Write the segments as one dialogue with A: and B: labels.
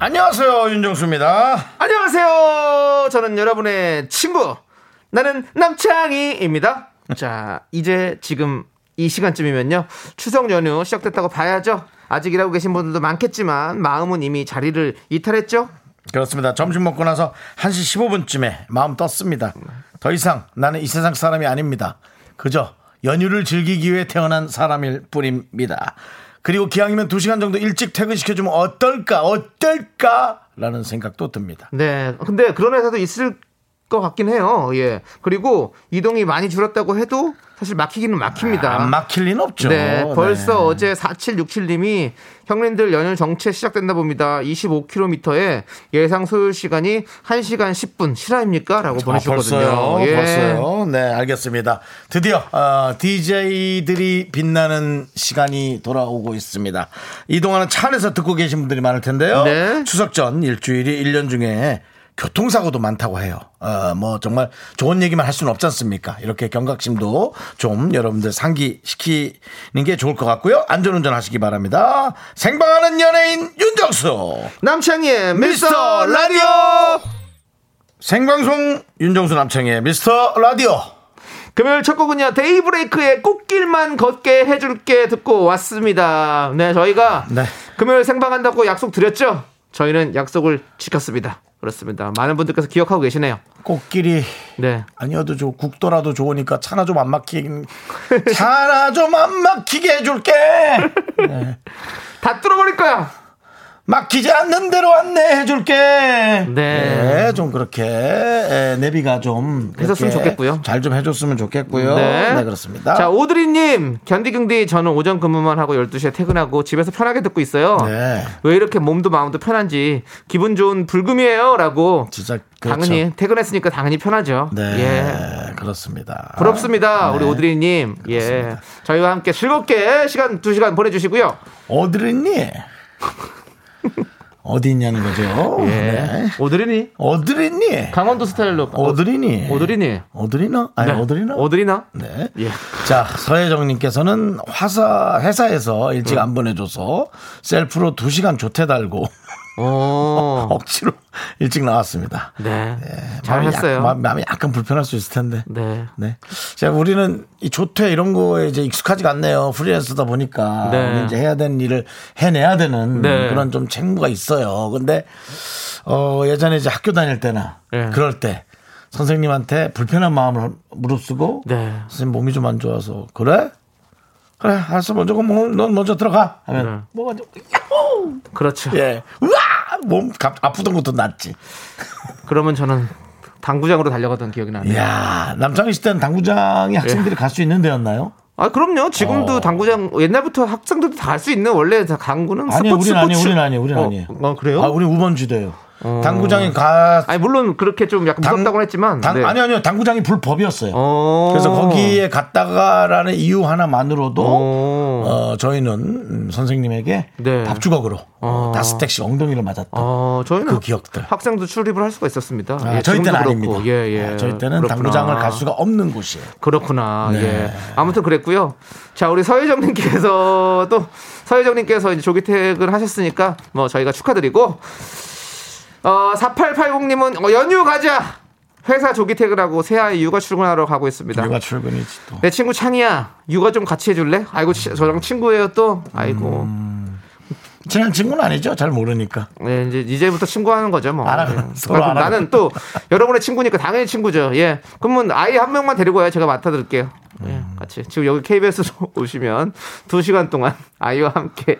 A: 안녕하세요 윤정수입니다.
B: 안녕하세요. 저는 여러분의 친구. 나는 남창희입니다. 자, 이제 지금 이 시간쯤이면요. 추석 연휴 시작됐다고 봐야죠. 아직 일하고 계신 분들도 많겠지만 마음은 이미 자리를 이탈했죠.
A: 그렇습니다. 점심 먹고 나서 1시 15분쯤에 마음 떴습니다. 더 이상 나는 이 세상 사람이 아닙니다. 그저 연휴를 즐기기 위해 태어난 사람일 뿐입니다. 그리고 기왕이면 2시간 정도 일찍 퇴근시켜주면 어떨까, 어떨까? 라는 생각도 듭니다.
B: 네. 근데 그런 회사도 있을 것 같긴 해요. 예. 그리고 이동이 많이 줄었다고 해도 사실 막히기는 막힙니다.
A: 아, 안 막힐 리는 없죠.
B: 네, 벌써
A: 네.
B: 어제 4767님이 형님들 연휴 정체 시작된다 봅니다. 25km에 예상 소요 시간이 1시간 10분 실화입니까? 라고 보내셨거든요. 예.
A: 아, 벌써요. 벌써요. 네, 알겠습니다. 드디어 어, DJ들이 빛나는 시간이 돌아오고 있습니다. 이동하는 차 안에서 듣고 계신 분들이 많을 텐데요.
B: 네.
A: 추석 전 일주일이 1년 중에 교통사고도 많다고 해요. 어, 뭐 정말 좋은 얘기만 할 수는 없지 않습니까? 이렇게 경각심도 좀 여러분들 상기시키는 게 좋을 것 같고요. 안전운전 하시기 바랍니다. 생방하는 연예인 윤정수.
B: 남창희의 미스터 라
A: 라디오 생방송 윤정수 남창의 미스터 라디오
B: 금요일 첫 곡은요. 데이브레이크의 꽃길만 걷게 해줄게 듣고 왔습니다. 네, 저희가
A: 네.
B: 금요일 생방한다고 약속 드렸죠? 저희는 약속을 지켰습니다. 그렇습니다. 많은 분들께서 기억하고 계시네요.
A: 꽃길이
B: 네.
A: 아니어도 좋 국도라도 좋으니까 차나 좀 안 막히긴 차나 좀 안 막히게 해줄게
B: 다 뚫어버릴 거야!
A: 막히지 않는 대로 안내해 줄게
B: 네.
A: 좀 그렇게 예, 내비가 좀
B: 했었으면 좋겠고요.
A: 잘 좀 해줬으면 좋겠고요
B: 네.
A: 네, 그렇습니다
B: 자, 오드리님, 견디경디, 저는 오전 근무만 하고 12시에 퇴근하고 집에서 편하게 듣고 있어요.
A: 네.
B: 왜 이렇게 몸도 마음도 편한지 기분 좋은 불금이에요. 라고.
A: 진짜 그렇죠.
B: 당연히 퇴근했으니까 당연히 편하죠. 예.
A: 네 그렇습니다
B: 부럽습니다.
A: 네.
B: 우리 오드리님. 예. 저희와 함께 즐겁게 시간, 두 시간 보내주시고요.
A: 어디를 있니? 어디 있냐는 거죠.
B: 예.
A: 네.
B: 오드리니?
A: 어디를 있니?
B: 강원도 스타일로.
A: 어디리니?
B: 오드리니?
A: 어디리나? 아니,
B: 네.
A: 어디리나?
B: 오드리나?
A: 네.
B: 예.
A: 자, 서혜정님께서는 화사, 회사에서 일찍
B: 음.
A: 안 보내줘서 셀프로 두시간 조퇴 달고
B: 오.
A: 억지로 일찍 나왔습니다.
B: 네.
A: 네, 마음이 약- 마-
B: 어. 잘했어요.
A: 마음이 약간 불편할 수 있을 텐데.
B: 네.
A: 네. 자, 우리는 이 조퇴 이런 거에 이제 익숙하지가 않네요. 프리랜서다 보니까.
B: 네.
A: 우리 이제 해야 되는 일을 해내야 되는
B: 네.
A: 그런 좀 책무가 있어요. 근데, 어, 예전에 이제 학교 다닐 때나
B: 네.
A: 그럴 때 선생님한테 불편한 마음을 무릅쓰고
B: 네.
A: 선생님 몸이 좀 안 좋아서 그래? 그래, 알았어. 먼저, 그럼 오늘 넌 먼저 들어가. 하면
B: 네.
A: 뭐가 좀, 야호!
B: 그렇죠.
A: 예. 우와! 몸 가- 아프던 것도 낫지.
B: 그러면 저는 당구장으로 달려가던 기억이
A: 예.
B: 나네요.
A: 이야, 남창희 씨 때는 당구장에
B: 예.
A: 학생들이 갈 수 있는 데였나요?
B: 아 그럼요. 지금도
A: 어.
B: 당구장 옛날부터 학생들도 다 할 수 있는 원래 다 당구는
A: 아니
B: 음, 스포츠
A: 우린 아니
B: 스포츠.
A: 우린 아니 우린
B: 어,
A: 아니.
B: 어, 그래요?
A: 아 우리 우번지대요. 당구장에 가.
B: 어. 아니 물론 그렇게 좀 약간
A: 당-
B: 무섭다고 했지만
A: 당-
B: 네.
A: 아니 아니요 당구장이 불법이었어요.
B: 어.
A: 그래서 거기에 갔다가라는 이유 하나만으로도
B: 어.
A: 어, 저희는 음, 선생님에게
B: 네.
A: 밥 주걱으로
B: 어.
A: 다스택시 엉덩이를 맞았다.
B: 어, 저희는
A: 그 기억들.
B: 학생도 출입을 할 수가 있었습니다.
A: 아,
B: 예,
A: 저희
B: 지금도
A: 때는
B: 그렇고.
A: 아닙니다.
B: 예, 예.
A: 아, 저희 때는
B: 그렇구나.
A: 당구장을 갈 수가 없는 곳이에요.
B: 그렇구나.
A: 네.
B: 예. 아무튼 그랬고요. 자, 우리 서회장님께서 또 서회장님께서 이제 조기 퇴근하셨으니까 뭐 저희가 축하드리고 어 4880님은 어, 연휴 가자. 회사 조기 퇴근하고 새아이 육아 출근하러 가고 있습니다.
A: 우리가 출근이지 또.
B: 내 친구 창이야. 육아 좀 같이 해줄래? 아이고 치- 저랑 친구예요 또. 아이고.
A: 친한 친구는 아니죠. 잘 모르니까.
B: 네, 이제 이제부터 친구하는 거죠, 뭐.
A: 알아,
B: 예.
A: 서로
B: 아, 그럼
A: 알아.
B: 나는 또 여러분의 친구니까 당연히 친구죠. 예. 그러면 아이 한 명만 데리고 와요. 제가 맡아드릴게요. 예,
A: 음.
B: 같이 지금 여기 KBS로 오시면 두 시간 동안 아이와 함께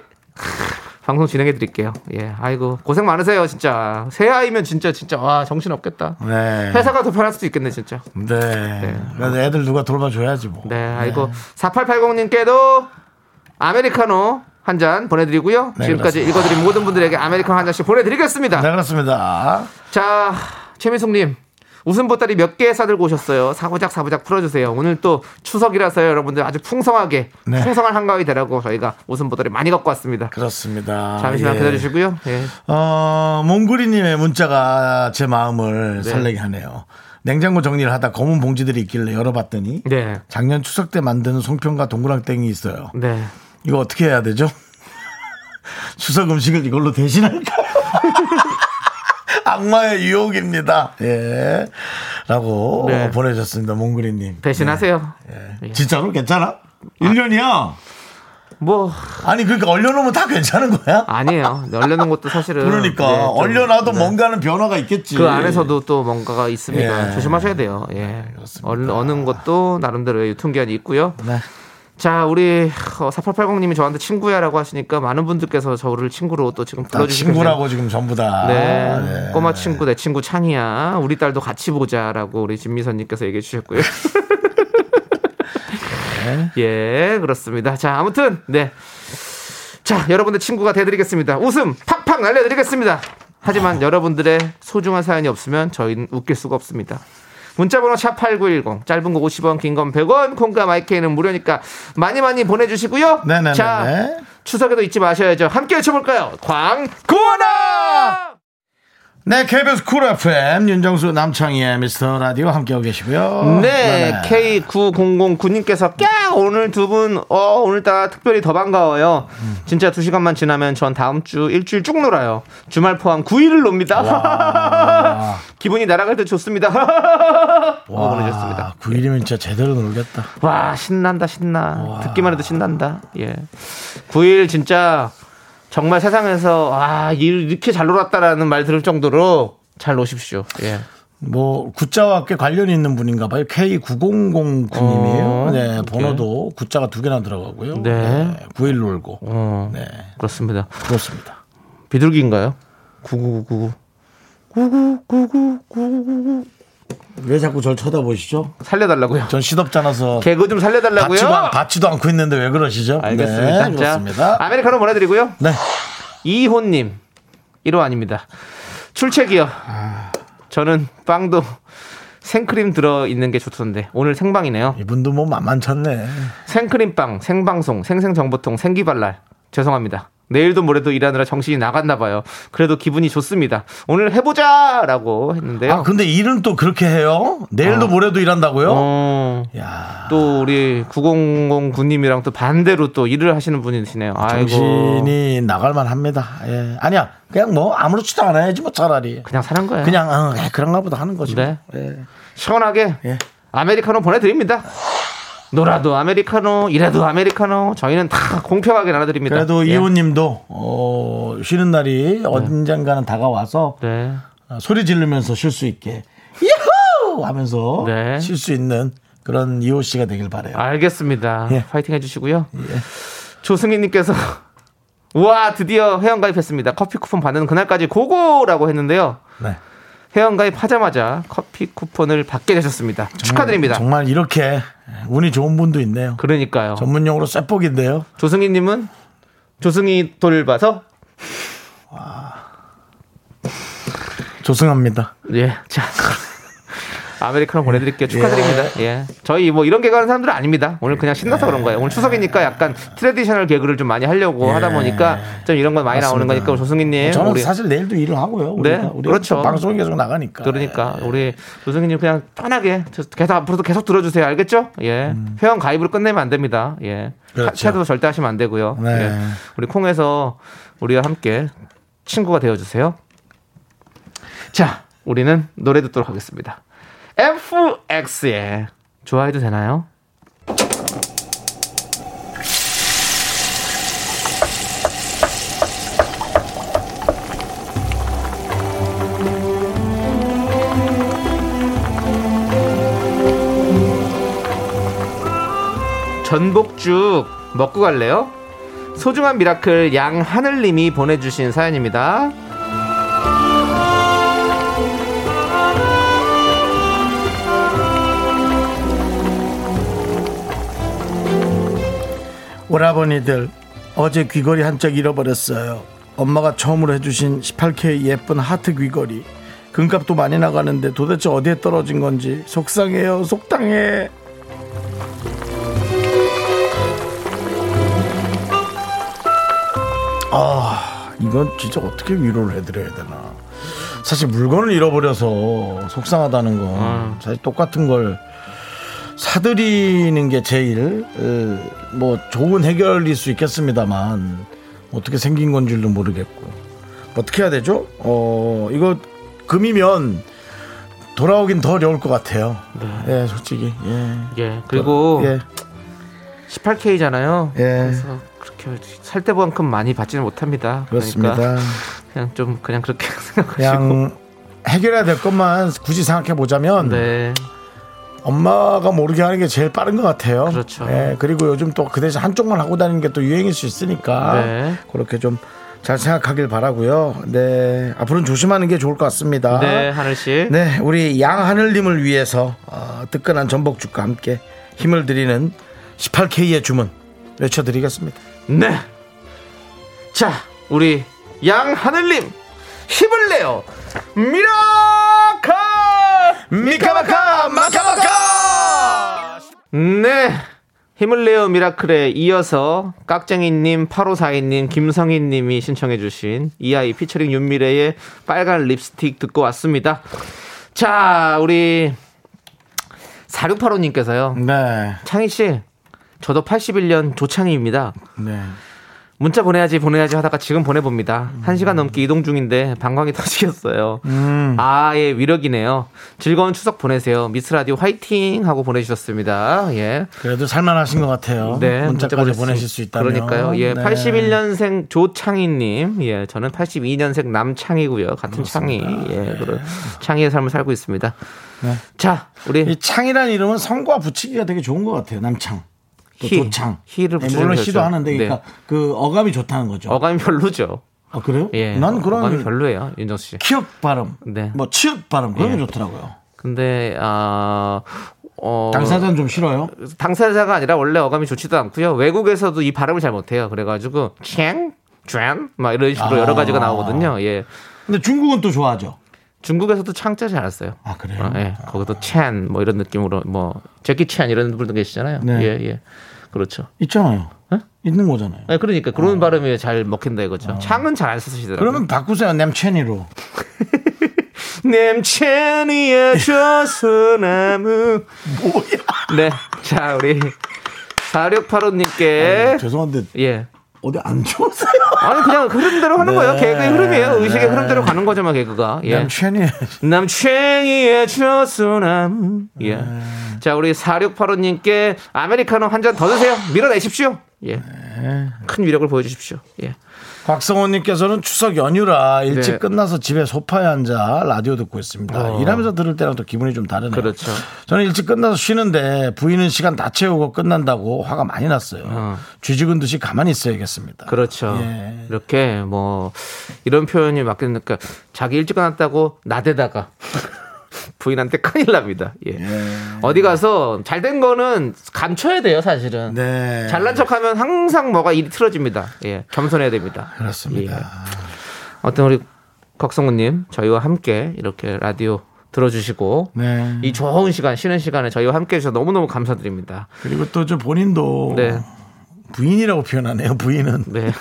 B: 방송 진행해 드릴게요. 예, 아이고 고생 많으세요, 진짜. 새 아이면 진짜 진짜 와 정신 없겠다.
A: 네.
B: 회사가 더 편할 수도 있겠네, 진짜.
A: 네. 그래도 애들 누가 돌봐줘야지 뭐.
B: 네, 아이고 4880님께도 아메리카노 한 잔 보내드리고요.
A: 네,
B: 지금까지
A: 그렇습니다.
B: 읽어드린 모든 분들에게 아메리카노 한 잔씩 보내드리겠습니다.
A: 네, 그렇습니다.
B: 자, 최민숙님. 웃음 보따리 몇 개 사들고 오셨어요? 사부작 사부작 풀어주세요. 오늘 또 추석이라서요, 여러분들 아주 풍성하게
A: 네.
B: 풍성한 한가위 되라고 저희가 웃음 보따리 많이 갖고 왔습니다.
A: 그렇습니다.
B: 잠시만
A: 예.
B: 기다려주시고요. 예.
A: 어, 몽구리님의 문자가 제 마음을 설레게 하네요. 냉장고 정리를 하다 검은 봉지들이 있길래 열어봤더니
B: 네.
A: 작년 추석 때 만든 송편과 동그랑땡이 있어요.
B: 네.
A: 이거 어떻게 해야 되죠? 추석 음식을 이걸로 대신할까요? 악마의 유혹입니다. 예. 라고
B: 네.
A: 보내셨습니다. 몽구리님.
B: 대신하세요.
A: 네. 진짜로 괜찮아? 1년이야?
B: 뭐,
A: 아니, 그러니까 얼려놓으면 다 괜찮은 거야?
B: 아니에요. 얼려놓은 것도 사실은.
A: 그러니까
B: 네, 좀
A: 얼려놔도 뭔가는 변화가 있겠지.
B: 그 안에서도 또 뭔가가 있습니다.
A: 예.
B: 조심하셔야 돼요. 예. 얼, 어는 것도 나름대로의 유통기한이 있고요.
A: 네.
B: 자, 우리 어, 4880님이 저한테 친구야라고 하시니까 많은 분들께서 저를 친구로 또 지금
A: 나
B: 불러주시고
A: 친구라고 지금 전부 다.
B: 네.
A: 네.
B: 꼬마 친구, 내 친구 찬이야. 우리 딸도 같이 보자라고 우리 진미선님께서 얘기해 주셨고요. 예, 그렇습니다. 자, 아무튼, 네. 자, 여러분들 친구가 돼드리겠습니다. 웃음 팍팍 날려드리겠습니다. 하지만 여러분들의 소중한 사연이 없으면 저희는 웃길 수가 없습니다. 문자번호 샵8910, 짧은 거 50원, 긴 건 100원, 콩과 마이케이는 무료니까 많이 많이 보내주시고요.
A: 네네네네.
B: 자, 추석에도 잊지 마셔야죠. 함께 외쳐볼까요? 광고나!
A: 네, KBS 쿨 FM 윤정수 남창희의 미스터 라디오 함께하고 계시고요.
B: 네, K9009님께서 꺄 오늘 두 분 어, 오늘따라 특별히 더 반가워요. 진짜 두 시간만 지나면 전 다음 주 일주일 쭉 놀아요. 주말 포함 9일을 놉니다. 기분이 날아갈 때 좋습니다.
A: 와, 그
B: 와, 보내셨습니다.
A: 9일이면 진짜 제대로 놀겠다.
B: 와 신난다 신나.
A: 와.
B: 듣기만 해도 신난다. 예, 9일 진짜 정말 세상에서 아 이렇게 잘 놀았다라는 말 들을 정도로 잘 노십시오. 예.
A: 뭐 구자와 꽤 관련이 있는 분인가 봐요. K9009님이에요.
B: 어,
A: 네, 번호도 구자가 두 개나 들어가고요.
B: 네.
A: 9일 놀고.
B: 어,
A: 네,
B: 그렇습니다.
A: 그렇습니다.
B: 비둘기인가요? 9999. 9999.
A: 왜 자꾸 저를 쳐다보시죠?
B: 살려달라고요.
A: 전 시덥잖아서
B: 개그 좀 살려달라고요.
A: 받지도, 않- 받지도 않고 있는데 왜 그러시죠?
B: 알겠습니다.
A: 네,
B: 자,
A: 그렇습니다.
B: 아메리카노 보내드리고요.
A: 네.
B: 이호님 1호 아닙니다. 출첵이요. 아. 저는 빵도 생크림 들어 있는 게 좋던데 오늘 생방이네요.
A: 이분도 뭐 만만찮네.
B: 생크림빵, 생방송, 생생정보통, 생기발랄. 죄송합니다. 내일도 모레도 일하느라 정신이 나갔나 봐요. 그래도 기분이 좋습니다. 오늘 해보자라고 했는데요.
A: 아, 근데 일은 또 그렇게 해요? 내일도 모레도 일한다고요?
B: 어,
A: 야,
B: 또 우리 9009님이랑 또 반대로 또 일을 하시는 분이시네요. 아이고.
A: 정신이 나갈만 합니다. 예. 아니야. 그냥 뭐 아무렇지도 않아야지 뭐 차라리.
B: 그냥 사는 거예요.
A: 그냥 어, 예, 그런가 보다 하는 거지.
B: 네.
A: 뭐. 예.
B: 시원하게
A: 예.
B: 아메리카노 보내드립니다. 놀아도 아메리카노, 일해도 아메리카노. 저희는 다 공평하게 나눠드립니다.
A: 그래도
B: 예.
A: 이호님도 어, 쉬는 날이 언젠가는 다가와서
B: 네.
A: 어, 소리 지르면서 쉴 수 있게 야호 하면서
B: 네. 아.
A: 쉴 수 있는 그런 이호 씨가 되길 바래요.
B: 알겠습니다.
A: 예.
B: 파이팅 해주시고요. 조승희님께서 우와 드디어 회원가입했습니다. 커피 쿠폰 받는 그날까지 고고라고 했는데요.
A: 네.
B: 회원가입하자마자 커피 쿠폰을 받게 되셨습니다. 축하드립니다.
A: 음, 정말 이렇게 운이 좋은 분도 있네요.
B: 그러니까요.
A: 전문용어로 쇠복인데요.
B: 조승희님은 조승희 돌 봐서
A: 조승합니다.
B: 예, 자 아메리카노 보내드릴게요. 축하드립니다. 예. 저희 뭐 이런 개그하는 사람들은 아닙니다. 오늘 그냥 신나서 그런 거예요. 오늘 추석이니까 약간 트레디셔널 개그를 좀 많이 하려고
A: 네. 예.
B: 하다 보니까 좀 이런 건 많이 네,
A: 맞습니다.
B: 나오는
A: 뭐 어,
B: 거니까 조승희님
A: 저는
B: 우리
A: 사실 내일도 일을 하고요. 우리가, 우리가
B: 그렇죠.
A: 또 방송이 계속 나가니까.
B: 그러니까 우리 조승희님 그냥 편하게 저- 계속 앞으로도 계속 들어주세요. 알겠죠? 예, 회원 가입으로 끝내면 안 됩니다. 예,
A: 음. 그렇죠.
B: 차도 절대 하시면 안 되고요.
A: 네.
B: 예. 우리 콩에서 우리와 함께 친구가 되어주세요. 자, 우리는 노래 듣도록 하겠습니다. FX의 좋아해도 되나요? 전복죽 먹고 갈래요? 소중한 미라클 양하늘님이 보내주신 사연입니다.
A: 오라버니들 어제 귀걸이 한 짝 잃어버렸어요. 엄마가 처음으로 해주신 18K 예쁜 하트 귀걸이. 금값도 많이 나가는데 도대체 어디에 떨어진 건지 속상해요. 속상해. 아, 이건 진짜 어떻게 위로를 해드려야 되나. 사실 물건을 잃어버려서 속상하다는 건
B: 아.
A: 사실 똑같은 걸 사드리는 게 제일 에, 뭐 좋은 해결일 수 있겠습니다만 어떻게 생긴 건지도 모르겠고 어떻게 해야 되죠? 어 이거 금이면 돌아오긴 더 어려울 것 같아요. 예, 솔직히 예.
B: 예. 네. 그리고
A: 예.
B: 18K잖아요.
A: 예.
B: 그래서 그렇게 살 때만큼 많이 받지는 못합니다.
A: 그렇습니다.
B: 그러니까 그냥 좀 그냥 그렇게 생각하시고.
A: 그냥 해결해야 될 것만 굳이 생각해 보자면
B: 네.
A: 엄마가 모르게 하는 게 제일 빠른 것 같아요.
B: 그렇죠.
A: 예, 그리고 요즘 또 그 대신 한쪽만 하고 다니는 게 또 유행일 수 있으니까
B: 네.
A: 그렇게 좀 잘 생각하길 바라고요. 네, 앞으로는 조심하는 게 좋을 것 같습니다.
B: 네, 하늘 씨.
A: 네, 우리 양하늘님을 위해서 어, 뜨끈한 전복죽과 함께 힘을 드리는 18K의 주문 외쳐드리겠습니다.
B: 네. 자, 우리 양하늘님 힘을 내요. 미라카!
A: 미카마카 마카마카.
B: 네. 힘을 내요 미라클에 이어서 깍쟁이님, 8542님, 김성희님이 신청해주신 이아이 피처링 윤미래의 빨간 립스틱 듣고 왔습니다. 자, 우리 4685님께서요.
A: 네,
B: 창희씨, 저도 81년 조창희입니다.
A: 네.
B: 문자 보내야지 보내야지 하다가 지금 보내봅니다. 한 시간 넘게 이동 중인데 방광이 터지겠어요. 아, 예, 위력이네요. 즐거운 추석 보내세요. 미스라디오 화이팅! 하고 보내주셨습니다. 예.
A: 그래도 살만하신 것 같아요.
B: 네,
A: 문자까지 보내실
B: 문자 보냈습니다.
A: 수 있다면.
B: 그러니까요. 예,
A: 네.
B: 81년생 조창희님, 예, 저는 82년생 남창희고요. 같은 창희, 예,
A: 네.
B: 그런 창희의 삶을 살고 있습니다. 자, 우리
A: 이 창이라는 이름은 성과 붙이기가 되게 좋은 것 같아요. 남창. 또
B: 희.
A: 조창.
B: 희를
A: 네,
B: 붙이는
A: 물론
B: 거죠.
A: 시도 하는데
B: 네.
A: 그러니까 그 어감이 좋다는 거죠.
B: 어감이 별로죠.
A: 아, 그래요?
B: 예,
A: 난
B: 어감이
A: 그런
B: 별로예요, 윤정수 씨.
A: 키읔 발음,
B: 네.
A: 뭐 치읓 발음 그런 게
B: 예.
A: 좋더라고요.
B: 근데 아, 어,
A: 당사자는 좀 싫어요.
B: 당사자가 아니라 원래 어감이 좋지도 않고요. 외국에서도 이 발음을 잘 못해요. 그래가지고 챙, 쨘, 막 이런 식으로
A: 아.
B: 여러 가지가 나오거든요. 예,
A: 근데 중국은 또 좋아하죠.
B: 중국에서도 창자 잘 안 써요.
A: 아 그래요?
B: 어, 예. 거기도 첸, 뭐 이런 느낌으로, 뭐, 제키 첸 이런 분도 계시잖아요.
A: 네.
B: 예, 예. 그렇죠.
A: 있잖아요.
B: 예?
A: 있는 거잖아요.
B: 예, 그러니까 그런 발음이 잘 먹힌다 이거죠. 창은 잘 안 쓰시더라고요.
A: 어. 그러면 바꾸세요. 냄첸이로.
B: 냄첸 위에 조소나무. 뭐야? 네. 자, 우리 4685님께.
A: 죄송한데
B: 예.
A: 어디 안 좋으세요?
B: 아니, 그냥 흐름대로 하는 거예요.
A: 네.
B: 개그의 흐름이에요. 의식의
A: 네.
B: 흐름대로 가는 거죠, 막 개그가. 예.
A: 냄첸이.
B: 남챙이의 저소나무. 예.
A: 네.
B: 자, 우리 4685님께 아메리카노 한 잔 더 드세요. 밀어내십시오. 예.
A: 네.
B: 큰 위력을 보여주십시오. 예.
A: 곽성호님께서는 추석 연휴라 일찍
B: 네.
A: 끝나서 집에 소파에 앉아 라디오 듣고 있습니다.
B: 어.
A: 일하면서 들을 때랑 또 기분이 좀 다르네요.
B: 그렇죠.
A: 저는 일찍 끝나서 쉬는데 부인은 시간 다 채우고 끝난다고 화가 많이 났어요. 쥐죽은 듯이 가만히 있어야겠습니다.
B: 그렇죠.
A: 예.
B: 이렇게 뭐, 이런 표현이 맞겠는가. 자기 일찍 끝났다고 나대다가. 부인한테 큰일 납니다. 예. 어디 가서 잘 된 거는 감춰야 돼요, 사실은.
A: 네.
B: 잘난 척 하면 항상 뭐가 일이 틀어집니다. 예. 겸손해야 됩니다. 예.
A: 그렇습니다.
B: 어떤 우리 곽성우님 저희와 함께 이렇게 라디오 들어주시고
A: 네.
B: 이 좋은 시간 쉬는 시간에 저희와 함께 해주셔서 너무너무 감사드립니다.
A: 그리고 또 저 본인도
B: 네,
A: 부인이라고 표현하네요. 부인은.
B: 네,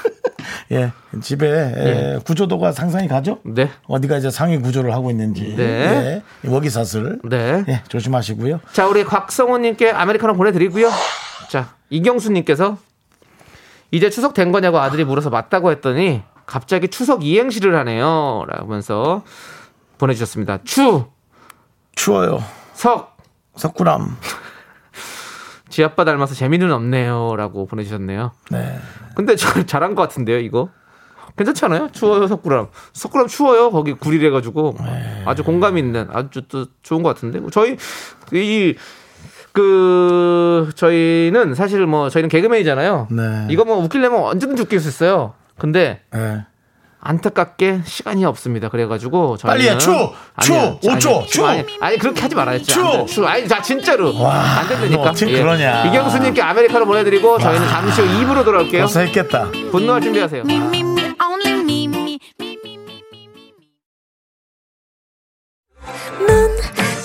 A: 예. 집에 예, 구조도가 상상이 가죠?
B: 네,
A: 어디가 이제 상위 구조를 하고 있는지.
B: 네.
A: 예. 워기사슬.
B: 네.
A: 예. 조심하시고요.
B: 자 우리 곽성우님께 아메리카노 보내드리고요. 자 이경수님께서 이제 추석 된 거냐고 아들이 물어서 맞다고 했더니 갑자기 추석 이행시를 하네요. 라면서 보내주셨습니다.
A: 추워요.
B: 추석
A: 석구람.
B: 지아빠 닮아서 재미는 없네요라고 보내주셨네요.
A: 네.
B: 근데 저 잘한 것 같은데요, 이거. 괜찮잖아요. 추워요, 석굴암. 석굴암 추워요. 거기 구리래 가지고
A: 네.
B: 아주 공감 있는 아주 또 좋은 것 같은데. 뭐 저희 이 그 저희는 사실 뭐 저희는 개그맨이잖아요.
A: 네.
B: 이거 뭐 웃기려면 언제든지 웃길 수 있어요. 근데
A: 예.
B: 안타깝게 시간이 없습니다. 그래가지고 저희는
A: 빨리 해. 추! 추!
B: 아니요,
A: 오
B: 아니요,
A: 초!
B: 추! 아니, 아니, 그렇게 하지 말아요. 진짜.
A: 추!
B: 안 돼, 추! 아니 자 진짜로
A: 와,
B: 안 된다니까. 예.
A: 너 어떻게 그러냐.
B: 이경수님께 아메리카노 보내드리고 저희는 잠시 후 2부로 돌아올게요.
A: 벌써 했겠다.
B: 분노할 준비하세요.
C: me, me, me, only me, me, me, me, me, me, me.
D: 넌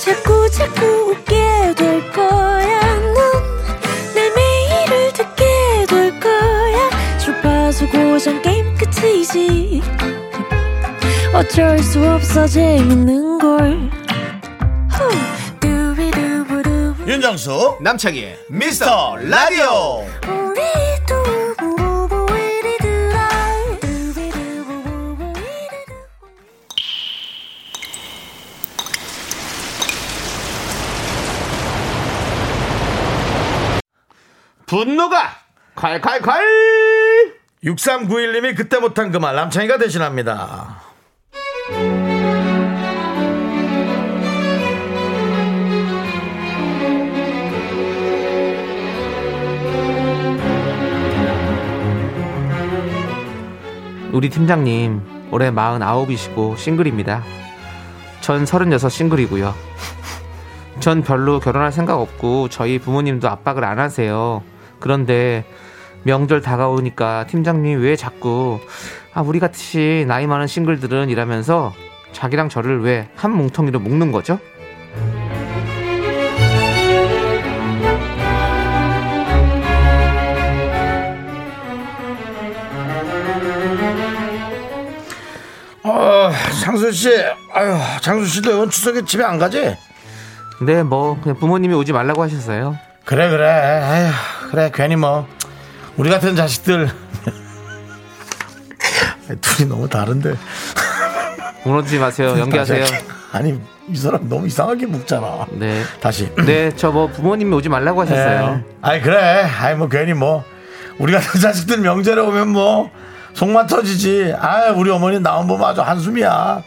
D: 자꾸 자꾸 웃게 될 거야. 넌내 매일을 듣게 될 거야. 주파수 고정 게임 끝이지. 어쩔 수 없어 재밌는 걸. 후. 두비두부두.
A: 윤정수 남창희 미스터 라디오
D: 우리 두부부부 우리 두라. 두비두부부부 우리 두라.
B: 분노가 콸콸콸!
A: 6391님이 그때 못한 그 말 남창희가 대신합니다.
B: 우리 팀장님 올해 49이시고 싱글입니다. 전 36 싱글이고요. 전 별로 결혼할 생각 없고 저희 부모님도 압박을 안 하세요. 그런데 명절 다가오니까 팀장님 왜 자꾸 아 우리 같이 나이 많은 싱글들은 이라면서 자기랑 저를 왜 한 뭉텅이로 묶는 거죠?
A: 어, 장수 씨, 아유, 장수 씨도 이번 추석에 집에 안 가지?
B: 근데 뭐 그냥 부모님이 오지 말라고 하셨어요.
A: 그래 그래, 아휴, 그래 괜히 뭐 우리 같은 자식들 둘이 너무 다른데
B: 무너지지 마세요. 연기하세요.
A: 아니 이 사람 너무 이상하게 묵잖아.
B: 네.
A: 다시.
B: 네, 저 뭐 부모님이 오지 말라고 하셨어요.
A: 예. 아이 그래. 아이 뭐 괜히 뭐 우리 같은 자식들 명절에 오면 뭐 속만 터지지. 아 우리 어머니 나온 보면 아주 한숨이야.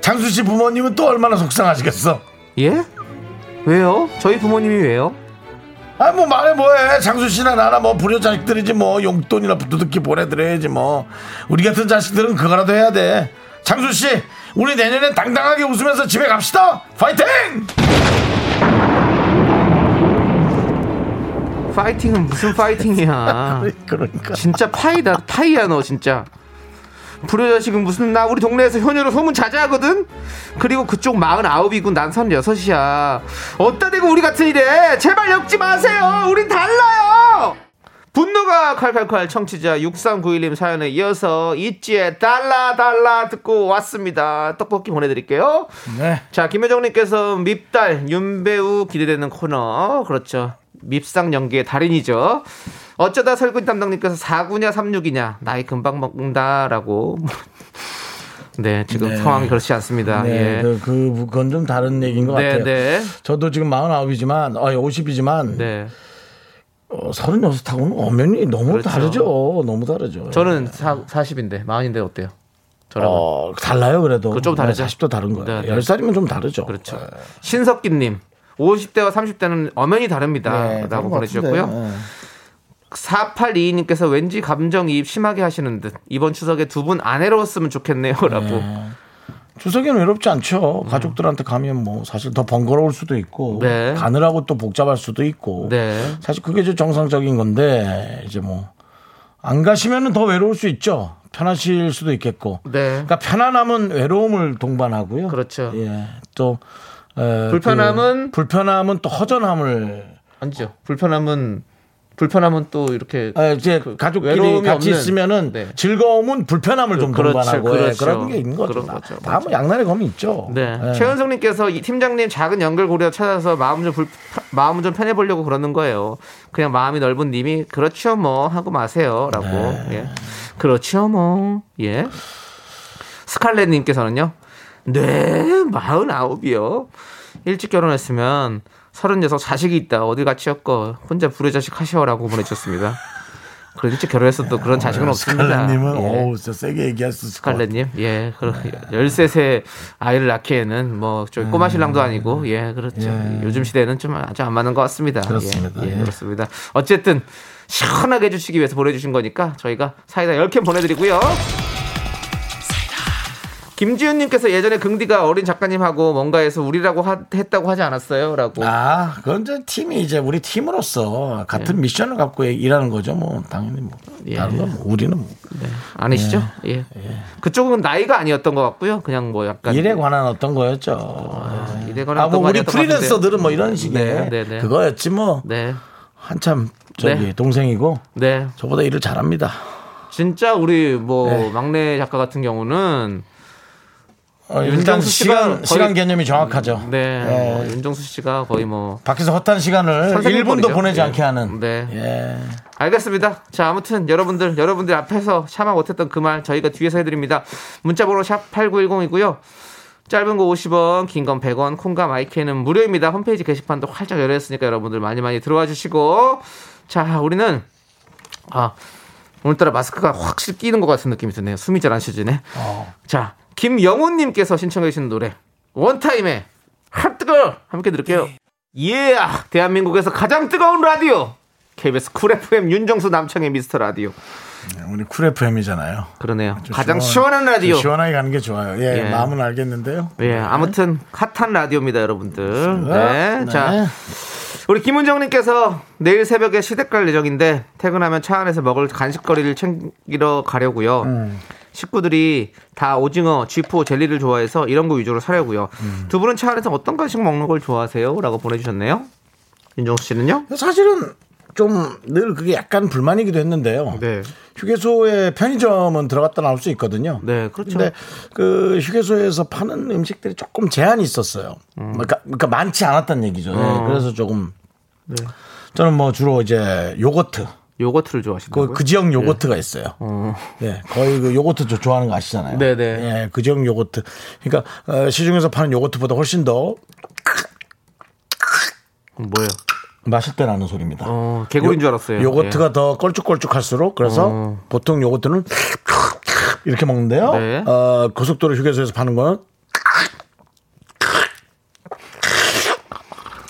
A: 장수 씨 부모님은 또 얼마나 속상하시겠어.
B: 예? 왜요? 저희 부모님이 왜요?
A: 아 뭐 말해 뭐해 장수 씨나 나나 뭐 불효 자식들이지 뭐 용돈이나 부두둑히 보내드려야지 뭐 우리 같은 자식들은 그거라도 해야 돼 장수 씨 우리 내년엔 당당하게 웃으면서 집에 갑시다 파이팅
B: 파이팅은 무슨 파이팅이야?
A: 그러니까
B: 진짜 파이다 파이야 너 진짜. 불효자식은 무슨 나 우리 동네에서 효녀로 소문 자자하거든. 그리고 그쪽 마흔 아홉이고 난 서른여섯이야. 어따 대고 우리 같은 일에 제발 엮지 마세요. 우린 달라요. 분노가 칼칼칼 청취자 6391님 사연에 이어서 있지의 달라 달라 듣고 왔습니다. 떡볶이 보내드릴게요.
A: 네
B: 자, 김효정님께서 밉달, 윤배우 기대되는 코너. 그렇죠. 밉상 연기의 달인이죠. 어쩌다 설거지 담당님께서 4구냐, 3육이냐. 나이 금방 먹는다라고. 네, 지금
A: 네.
B: 상황이 그렇지 않습니다.
A: 네,
B: 예.
A: 그, 그, 그건 좀 다른 얘기인 것
B: 네,
A: 같아요.
B: 네.
A: 저도 지금 49이지만, 아니, 50이지만,
B: 네.
A: 어, 36하고는 엄연히 너무
B: 그렇죠.
A: 다르죠. 너무 다르죠.
B: 저는 사, 40인데, 40인데 어때요? 저라고.
A: 어, 달라요, 그래도.
B: 그거 좀 다르죠.
A: 40도 다른 거예요.
B: 네, 네.
A: 10살이면 좀 다르죠. 네.
B: 그렇죠. 신석기님. 50대와 30대는 엄연히 아, 다릅니다.
A: 네, 그런 것
B: 라고
A: 같은데.
B: 보내주셨고요.
A: 네.
B: 4822님께서 왠지 감정이입 심하게 하시는 듯 이번 추석에 두 분 안 외로웠으면 좋겠네요 라고
A: 추석에는 외롭지 않죠. 가족들한테 가면 뭐 사실 더 번거로울 수도 있고
B: 음. 네.
A: 가느라고 또 복잡할 수도 있고
B: 네.
A: 사실 그게 좀 정상적인 건데 이제 뭐 안 가시면은 더 외로울 수 있죠. 편하실 수도 있겠고.
B: 네.
A: 그러니까 편안함은 외로움을 동반하고요.
B: 그렇죠.
A: 예. 또 에, 그
B: 불편함은?
A: 불편함은 또 허전함을
B: 아니죠. 불편함은 불편함은 또 이렇게
A: 아, 이제
B: 그
A: 가족끼리
B: 외로움이
A: 같이
B: 없는,
A: 있으면은
B: 네.
A: 즐거움은 불편함을 좀
B: 그렇죠,
A: 동반하고 그
B: 그렇죠.
A: 런게 있는 거죠.
B: 그런 거죠,
A: 다 뭐 양날의 검이 있죠.
B: 네.
A: 예.
B: 최은성님께서 이 팀장님 작은 연결 고려 찾아서 마음 좀 불, 마음 좀 편해 보려고 그러는 거예요. 그냥 마음이 넓은 님이 그렇죠 뭐 하고 마세요라고.
A: 네.
B: 예. 그렇죠 뭐. 예. 스칼렛님께서는요. 네, 마흔아홉이요. 일찍 결혼했으면 서른여섯 자식이 있다. 어디 같이 엮어 혼자 불효자식 하시오라고 보내주셨습니다. 그래 일찍 결혼했어도 그런 자식은 없습니다.
A: 스칼렛님은
B: 예.
A: 어우 진짜 세게 얘기했을 것 같아요.
B: 스칼렛님, 예, 그렇 13세 아이를 낳기에는 뭐, 저 꼬마 신랑도 아니고, 예, 그렇죠.
A: 예.
B: 요즘 시대에는 좀 아주 안 맞는 것 같습니다. 예,
A: 그렇습니다.
B: 예,
A: 예.
B: 그렇습니다. 어쨌든, 시원하게 해주시기 위해서 보내주신 거니까, 저희가 사이다 10캔 보내드리고요.
D: 사이다
B: 김지윤님께서 예전에 긍디가 어린 작가님하고 뭔가에서 우리라고 하- 했다고 하지 않았어요?라고.
A: 아, 그건 이제 팀이 이제 우리 팀으로서 같은 미션을 갖고 일하는 거죠. 뭐 당연히 뭐
B: 예.
A: 다른 건뭐 우리는 뭐
B: 네. 아니시죠? 예. 그쪽은 나이가 아니었던 것 같고요. 그냥 뭐 약간
A: 일에 관한 어떤 거였죠.
B: 이래거나
A: 아, 뭐
B: 어떤
A: 우리
B: 거 같은데요.
A: 프리랜서들은 뭐 이런 식의
B: 네, 네, 네.
A: 그거였지 뭐
B: 네,
A: 한참 저기
B: 네.
A: 동생이고
B: 네.
A: 저보다 일을 잘합니다.
B: 진짜 우리 뭐
A: 네.
B: 막내 작가 같은 경우는
A: 어, 일단
B: 윤정수 씨가
A: 시간
B: 거의-
A: 시간 개념이 정확하죠.
B: 네,
A: 예.
B: 뭐 윤정수 씨가 거의 뭐
A: 밖에서 헛된 시간을
B: 선생님
A: 1분도
B: 꼴이죠.
A: 보내지
B: 예.
A: 않게 하는
B: 네.
A: 예.
B: 알겠습니다. 자, 아무튼 여러분들, 여러분들 앞에서 참아 못했던 그 말 저희가 뒤에서 해드립니다. 문자번호 샵 8910이고요. 짧은 거 50원, 긴 건 100원, 콩과 마이크는 무료입니다. 홈페이지 게시판도 활짝 열려있으니까 여러분들 많이 많이 들어와 주시고. 자, 우리는, 아, 오늘따라 마스크가 확실히 끼는 것 같은 느낌이 드네요. 숨이 잘 안 쉬지네. 자, 김영훈님께서 신청해주신 노래, 원타임의 핫뜨거! 함께 들을게요. 예! 대한민국에서 가장 뜨거운 라디오! KBS 쿨 FM 윤정수 남창의 미스터 라디오.
A: 우리 네, 쿨 FM이잖아요.
B: 그러네요. 가장 시원한 라디오.
A: 시원하게 가는 게 좋아요. 예,
B: 예.
A: 마음은 알겠는데요.
B: 예, 아무튼 핫한 라디오입니다, 여러분들.
A: 네.
B: 네. 자, 우리 김은정님께서 내일 새벽에 시댁 갈 예정인데 퇴근하면 차 안에서 먹을 간식거리를 챙기러 가려고요. 식구들이 다 오징어, 쥐포, 젤리를 좋아해서 이런 거 위주로 사려고요. 두 분은 차 안에서 어떤 간식 먹는 걸 좋아하세요? 라고 보내주셨네요. 윤정수 씨는요?
A: 사실은 좀 늘 그게 약간 불만이기도 했는데요.
B: 네.
A: 휴게소에 편의점은 들어갔다 나올 수 있거든요.
B: 네, 그렇죠.
A: 근데 그 휴게소에서 파는 음식들이 조금 제한이 있었어요.
B: 음.
A: 그러니까, 그러니까 많지 않았다는 얘기죠. 예,
B: 어.
A: 그래서 조금
B: 네.
A: 저는 뭐 주로 이제 요거트
B: 요거트를
A: 그,
B: 좋아하신다고요?
A: 그 지역 요거트가 있어요. 예, 거의 그 요거트 저 좋아하는 거 아시잖아요.
B: 네네.
A: 예, 그 지역 요거트. 그러니까 어, 시중에서 파는 요거트보다 훨씬 더
B: 뭐예요?
A: 마실 때 나는 소리입니다.
B: 어, 개구리인 줄 알았어요.
A: 그
B: 예. 어.
A: 요거트가 더 껄쭉껄쭉할수록 그래서 보통 요거트는 이렇게 먹는데요.
B: 네.
A: 어, 고속도로 휴게소에서 파는 건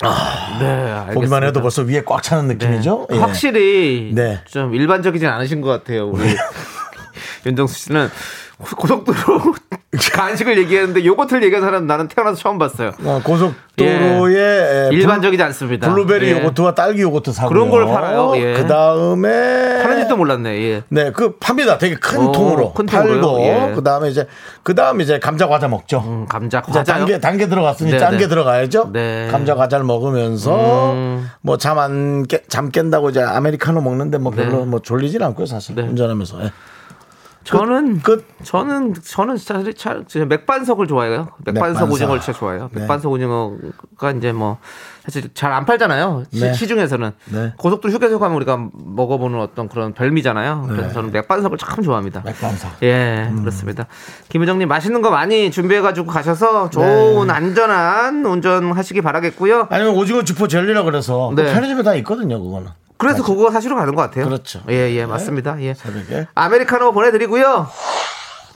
B: 네, 알겠습니다. 네. 아,
A: 보기만 해도 벌써 위에 꽉 차는 느낌이죠. 예.
B: 확실히
A: 네.
B: 좀 일반적이진 않으신 것 같아요. 우리 윤정수 씨는 고속도로 간식을 얘기했는데 요거트를 얘기한 사람 나는 태어나서 처음 봤어요.
A: 어, 고속도로에 예, 블-
B: 일반적이지 않습니다.
A: 블루베리
B: 예.
A: 요거트와 딸기 요거트 사고
B: 그런 걸 팔아요? 예.
A: 그 다음에
B: 하는지도 몰랐네. 예.
A: 네, 그 팝니다. 되게 큰
B: 오,
A: 통으로
B: 큰 통으로요?
A: 팔고
B: 예.
A: 그 다음에 이제 그 다음에 이제 감자 과자 먹죠.
B: 음, 감자
A: 이제
B: 과자요.
A: 단계 단계 들어갔으니
B: 네,
A: 짠게
B: 네.
A: 들어가야죠.
B: 네. 음.
A: 감자 과자를 먹으면서 뭐 잠 안 잠 깬다고 이제 아메리카노 먹는데 뭐 별로
B: 네.
A: 뭐 졸리진 않고요 사실
B: 네.
A: 운전하면서 예.
B: 저는
A: 끝.
B: 저는 저는 사실 차- 진짜 맥반석을 좋아해요. 맥반석
A: 맥반석.
B: 오징어를 진짜 좋아해요.
A: 네.
B: 맥반석 오징어가 이제 뭐 사실 잘 안 팔잖아요. 시-
A: 네.
B: 시중에서는
A: 네.
B: 고속도로 휴게소 가면 우리가 먹어보는 어떤 그런 별미잖아요. 그래서 저는 맥반석을 참 좋아합니다.
A: 네. 맥반석.
B: 예, 그렇습니다. 김유정님 맛있는 거 많이 준비해가지고 가셔서
A: 네.
B: 좋은 안전한 운전하시기 바라겠고요.
A: 아니면 오징어 주포 젤리라 그래서 그
B: 네.
A: 편의점에 다 있거든요 그거는.
B: 그래서 그거 사시러 가는 것 같아요.
A: 그렇죠.
B: 예, 예,
A: 네.
B: 맞습니다. 예.
A: 새벽에
B: 아메리카노 보내드리고요.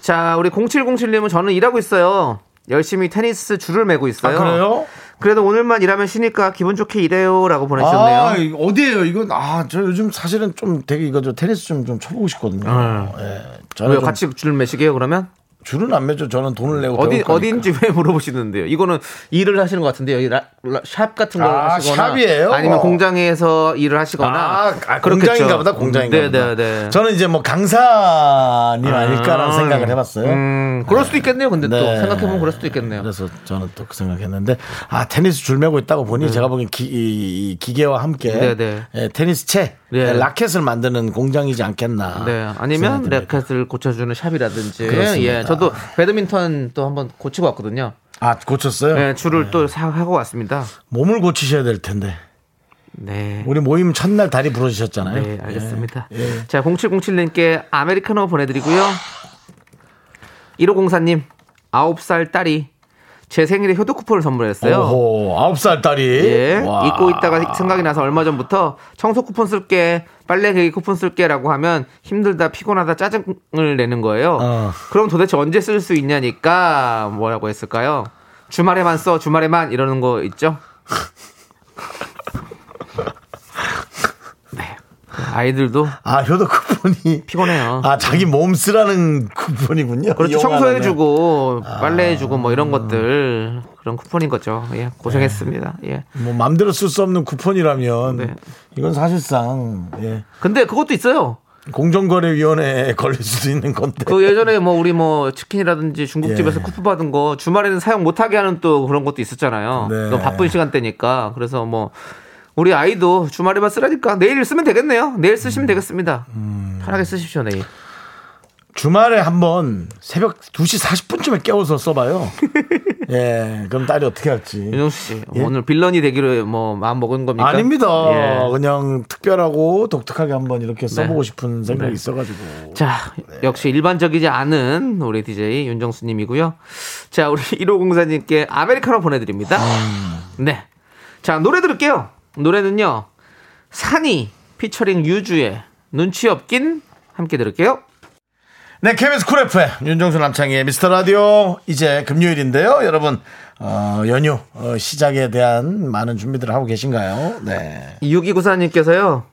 B: 자, 우리 0707님은 저는 일하고 있어요. 열심히 테니스 줄을 매고
A: 아
B: 있어요.
A: 그래요?
B: 도 오늘만 일하면 쉬니까 기분 좋게 일해요라고
A: 아
B: 보내셨네요.
A: 이거 어디에요? 이건 아 저 요즘 사실은 좀 되게 이거 저 테니스 좀 좀 쳐보고 싶거든요. 예, 저는
B: 네. 왜
A: 좀
B: 같이 줄 매시게요? 그러면
A: 줄은 안 매죠. 저는 돈을 내고
B: 어디
A: 배울 거니까.
B: 어디인지 왜 물어보시는데요? 이거는 일을 하시는 것 같은데 여기 라- 라- 샵 같은 걸
A: 아,
B: 하시거나
A: 샵이에요?
B: 아니면
A: 어.
B: 공장에서 일을 하시거나
A: 아, 아, 공장인가
B: 그렇겠죠.
A: 보다 공장인가
B: 네,
A: 보다.
B: 네, 네.
A: 저는 이제 뭐 강사님 아닐까라는
B: 음.
A: 생각을 해봤어요.
B: 음, 그럴 수도 있겠네요. 근데 또
A: 네.
B: 생각해보면 그럴 수도 있겠네요.
A: 그래서 저는 또 그 생각했는데 아 테니스 줄 메고 있다고 보니 제가 보기엔 기, 이- 이 기계와 함께
B: 음. 네, 네.
A: 예, 테니스 채
B: 네.
A: 라켓을 만드는 공장이지 않겠나.
B: 네, 아니면
A: 생각이 듭니다.
B: 레켓을 고쳐주는 샵이라든지.
A: 그렇습니다.
B: 예, 저도 배드민턴 또 한번 고치고 왔거든요.
A: 아 고쳤어요.
B: 예, 줄을
A: 네.
B: 또 사, 하고 왔습니다.
A: 몸을 고치셔야 될 텐데
B: 네.
A: 우리 모임 첫날 다리 부러지셨잖아요. 예.
B: 네, 알겠습니다. 자, 0707님께 아메리카노 보내드리고요. 1504님, 9살 딸이 제 생일에 효도 쿠폰을 선물했어요.
A: 오호 아홉 살 딸이
B: 예.
A: 와.
B: 잊고 있다가 생각이 나서 얼마 전부터 청소 쿠폰 쓸게, 빨래 개기 쿠폰 쓸게라고 하면 힘들다, 피곤하다, 짜증을 내는 거예요.
A: 어.
B: 그럼 도대체 언제 쓸 수 있냐니까 뭐라고 했을까요? 주말에만 써, 주말에만 이러는 거 있죠? 네. 아이들도
A: 아 효도 쿠폰 부분이
B: 피곤해요.
A: 아 자기 몸 쓰라는 쿠폰이군요.
B: 그렇죠.
A: 이용하는.
B: 청소해주고
A: 아.
B: 빨래해주고 뭐 이런 것들 그런 쿠폰인 거죠. 예, 고생했습니다. 예.
A: 뭐 맘대로 쓸 수 없는 쿠폰이라면
B: 네.
A: 이건 사실상 예.
B: 근데 그것도 있어요.
A: 공정거래위원회에 걸릴 수도 있는 건데.
B: 그 예전에 뭐 우리 뭐 치킨이라든지 중국집에서
A: 예.
B: 쿠폰 받은 거 주말에는 사용 못하게 하는 또 그런 것도 있었잖아요.
A: 네.
B: 너무 바쁜 시간대니까 그래서 뭐 우리 아이도 주말에만 쓰라니까 내일 쓰면 되겠네요. 내일
A: 음.
B: 쓰시면 되겠습니다. 편하게 쓰십시오 내일.
A: 주말에 한번 새벽 2시 40분쯤에 깨워서 써봐요. 예, 그럼 딸이 어떻게 할지.
B: 윤정수 씨뭐 오늘 빌런이 되기로 뭐 마음 먹은 겁니까?
A: 예? 아닙니다.
B: 예.
A: 그냥 특별하고 독특하게 한번 이렇게 써보고
B: 네.
A: 싶은 생각이
B: 네.
A: 있어가지고.
B: 자, 역시 일반적이지 않은 우리 DJ 윤정수님이고요. 자, 우리 1504님께 아메리카노 보내드립니다. 네. 자, 노래 들을게요. 노래는요. 산이 피처링 유주의 눈치 없긴 함께 들을게요.
A: 네, KBS 쿨 FM 윤정수 남창희의 미스터 라디오 이제 금요일인데요. 여러분 어, 연휴 어, 시작에 대한 많은 준비들을 하고 계신가요? 네.
B: 6294님께서요.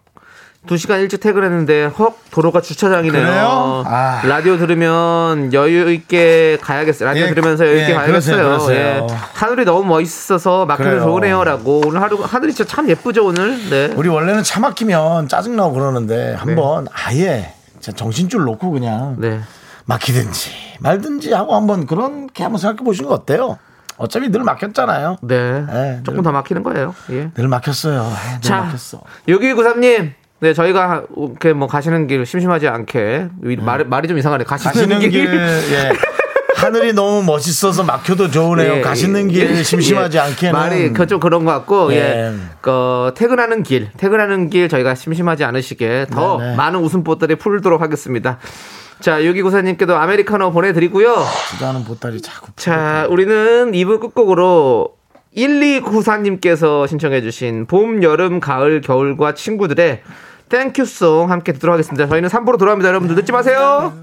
B: 2시간 일찍 퇴근했는데 헉 도로가 주차장이네요.
A: 그래요? 아.
B: 라디오 들으면 여유 있게 가야겠어요. 라디오
A: 예,
B: 들으면서 여유 있게
A: 예,
B: 가야겠어요.
A: 그러세요, 그러세요.
B: 예. 하늘이 너무 멋있어서 막히면
A: 그래요.
B: 좋으네요라고 오늘 하루 하늘이 진짜 참 예쁘죠 오늘. 네.
A: 우리 원래는 차 막히면 짜증나고 그러는데 한번 아예 진짜 정신줄 놓고 그냥
B: 네.
A: 막히든지 말든지 하고 한번 그렇게 한번 생각해 보시는 거 어때요? 어차피 늘 막혔잖아요.
B: 네.
A: 네,
B: 조금 더 막히는 거예요. 예.
A: 늘 막혔어요. 에이, 늘
B: 자,
A: 네, 막혔어.
B: 6293님. 네, 저희가 이렇게 뭐 가시는 길 심심하지 않게 말, 말이 좀 이상하네. 가시는,
A: 가시는
B: 길.
A: 길 예. 하늘이 너무 멋있어서 막혀도 좋으네요.
B: 예,
A: 가시는 길
B: 예,
A: 심심하지
B: 예.
A: 않게는
B: 말이 그 좀 그런 것 같고 예.
A: 예.
B: 그 퇴근하는 길 퇴근하는 길 저희가 심심하지 않으시게 더
A: 네네.
B: 많은 웃음보따리 풀도록 하겠습니다 자 유기구사님께도 아메리카노 보내드리고요
A: 주다는 보따리 자꾸
B: 자 우리는 2부 끝곡으로 1294님께서 신청해주신 봄, 여름, 가을, 겨울과 친구들의 땡큐송 함께 듣도록 하겠습니다 저희는 3부로 돌아옵니다 여러분들
A: 네.
B: 늦지 마세요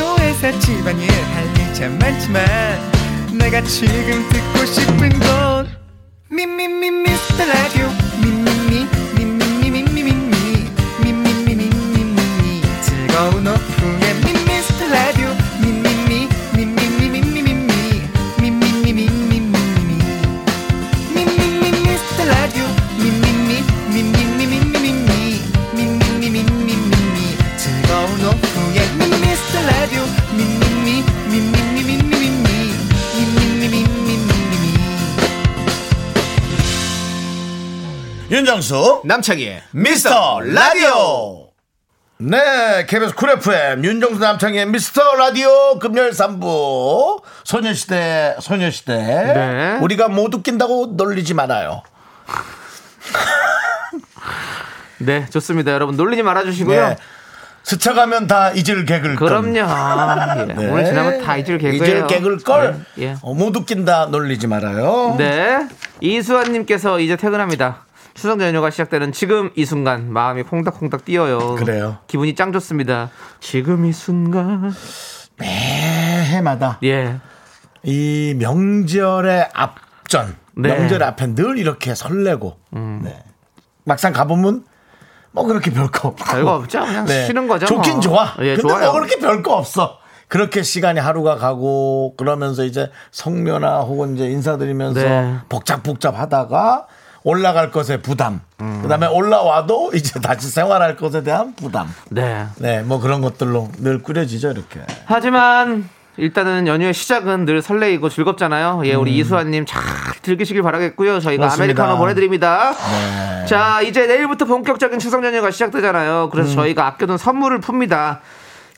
E: 학교에서 집안일 할 일 참 많지만 내가 지금 듣고 싶은 건 미미미 미스터 라디오 미미미 미미미 미미미 미미미 미미미 즐거운 오후에 미스터 라디오 미미미 미미미 미미미 미미미 미미미
A: 윤정수
B: 남창희의
A: 미스터 라디오 네 KBS 쿨 FM 윤정수 남창의 미스터 라디오 금요일 3부 소녀시대 소녀시대
B: 네.
A: 우리가 못 웃긴다고 놀리지 말아요
B: 네 좋습니다 여러분 놀리지 말아주시고요
A: 네. 스쳐가면 다 잊을 개글 걸.
B: 그럼요. 예.
A: 네.
B: 오늘 지나면 다 잊을 개그예요.
A: 잊을 개글 걸.
B: 네. 예.
A: 어, 못 웃긴다 놀리지 말아요.
B: 네. 이수환님께서 이제 퇴근합니다. 추석 연휴가 시작되는 지금 이 순간 마음이 콩닥콩닥 뛰어요.
A: 그래요.
B: 기분이 짱 좋습니다. 지금 이 순간.
A: 매 해마다
B: 예.
A: 이 명절의 앞전,
B: 네. 음.
A: 명절 앞에 늘 이렇게 설레고 네. 막상 가보면 뭐 그렇게 별거 없고.
B: 별거 없죠. 그냥 쉬는 거죠,
A: 뭐, 네. 좋긴
B: 뭐.
A: 좋아.
B: 예,
A: 근데 뭐
B: 좋아요.
A: 그렇게 별거 없어. 그렇게 시간이 하루가 가고 그러면서 이제 성묘나 혹은 이제 인사드리면서
B: 네.
A: 복잡복잡 하다가 올라갈 것에 부담. 그다음에 올라와도 이제 다시 생활할 것에 대한 부담.
B: 네.
A: 네, 뭐 그런 것들로 늘 꾸려지죠, 이렇게.
B: 하지만 일단은 연휴의 시작은 늘 설레이고 즐겁잖아요. 예,
A: 음.
B: 우리 이수환님 잘 즐기시길 바라겠고요. 저희가
A: 고맙습니다.
B: 아메리카노 보내드립니다.
A: 네.
B: 자, 이제 내일부터 본격적인 추석 연휴가 시작되잖아요. 그래서
A: 음.
B: 저희가 아껴둔 선물을 풉니다.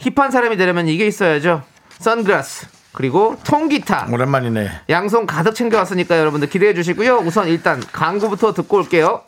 B: 힙한 사람이 되려면 이게 있어야죠. 선글라스 그리고 통기타.
A: 오랜만이네.
B: 양손 가득 챙겨왔으니까 여러분들 기대해 주시고요. 우선 일단 광고부터 듣고 올게요.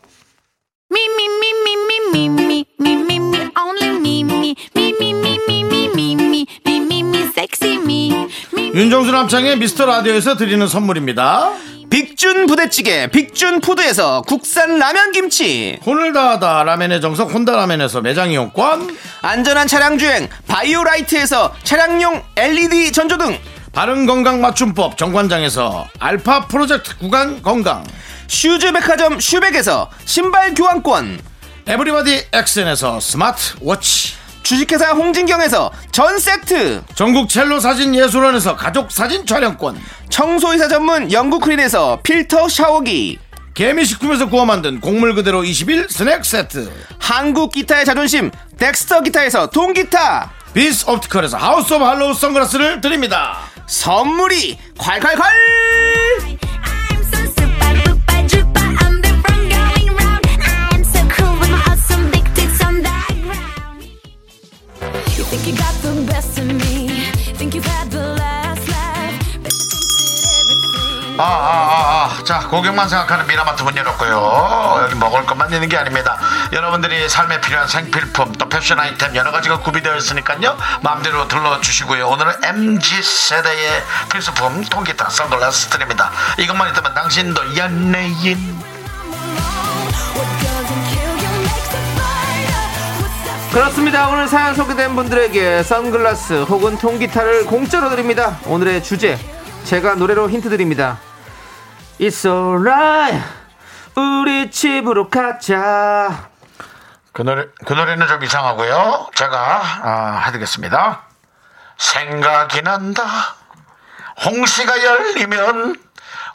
C: Me, me, me, me, me, me, me, me, me, me, only me, me, me, me, me, me, me, me, me, me, me, me, sexy me. Me,
A: 윤정수 남창의 미스터 라디오에서 드리는 선물입니다.
E: 빅준 부대찌개 빅준 푸드에서 국산 라면 김치
A: 혼을 다하다 라멘의 정석 혼다 라멘에서 매장 이용권
E: 안전한 차량 주행 바이오라이트에서 차량용 LED 전조등
A: 바른 건강 맞춤법 정관장에서 알파 프로젝트 구간 건강
E: 슈즈 백화점 슈백에서 신발 교환권
A: 에브리바디 엑센에서 스마트 워치
E: 주식회사 홍진경에서 전 세트
A: 전국 첼로 사진 예술원에서 가족 사진 촬영권
E: 청소이사 전문 영국크린에서 필터 샤워기
A: 개미식품에서 구워 만든 곡물 그대로 21 스낵 세트
E: 한국 기타의 자존심 덱스터 기타에서 동기타
A: 비스 옵티컬에서 하우스 오브 할로우 선글라스를 드립니다
E: 선물이 콸콸콸
D: I'm so super duper duper. I'm the one going round. I'm so cool with my awesome big tits on the ground. You think you got the best of me? Think you've had the last laugh? But you think that everything.
A: 아, 아아아아 자 고객만 생각하는 미라마트 문 열었고요 여기 먹을 것만 있는 게 아닙니다 여러분들이 삶에 필요한 생필품 또 패션 아이템 여러 가지가 구비되어 있으니까요 마음대로 들러주시고요 오늘은 MG 세대의 필수품 통기타 선글라스 드립니다 이것만 있다면 당신도 연예인
B: 그렇습니다. 오늘 사연 소개된 분들에게 선글라스 혹은 통기타를 공짜로 드립니다. 오늘의 주제 제가 노래로 힌트 드립니다. It's alright. 우리 집으로 가자.
A: 그 노래 그 노래는 좀 이상하고요 제가 아, 해드리겠습니다 생각이 난다 홍시가 열리면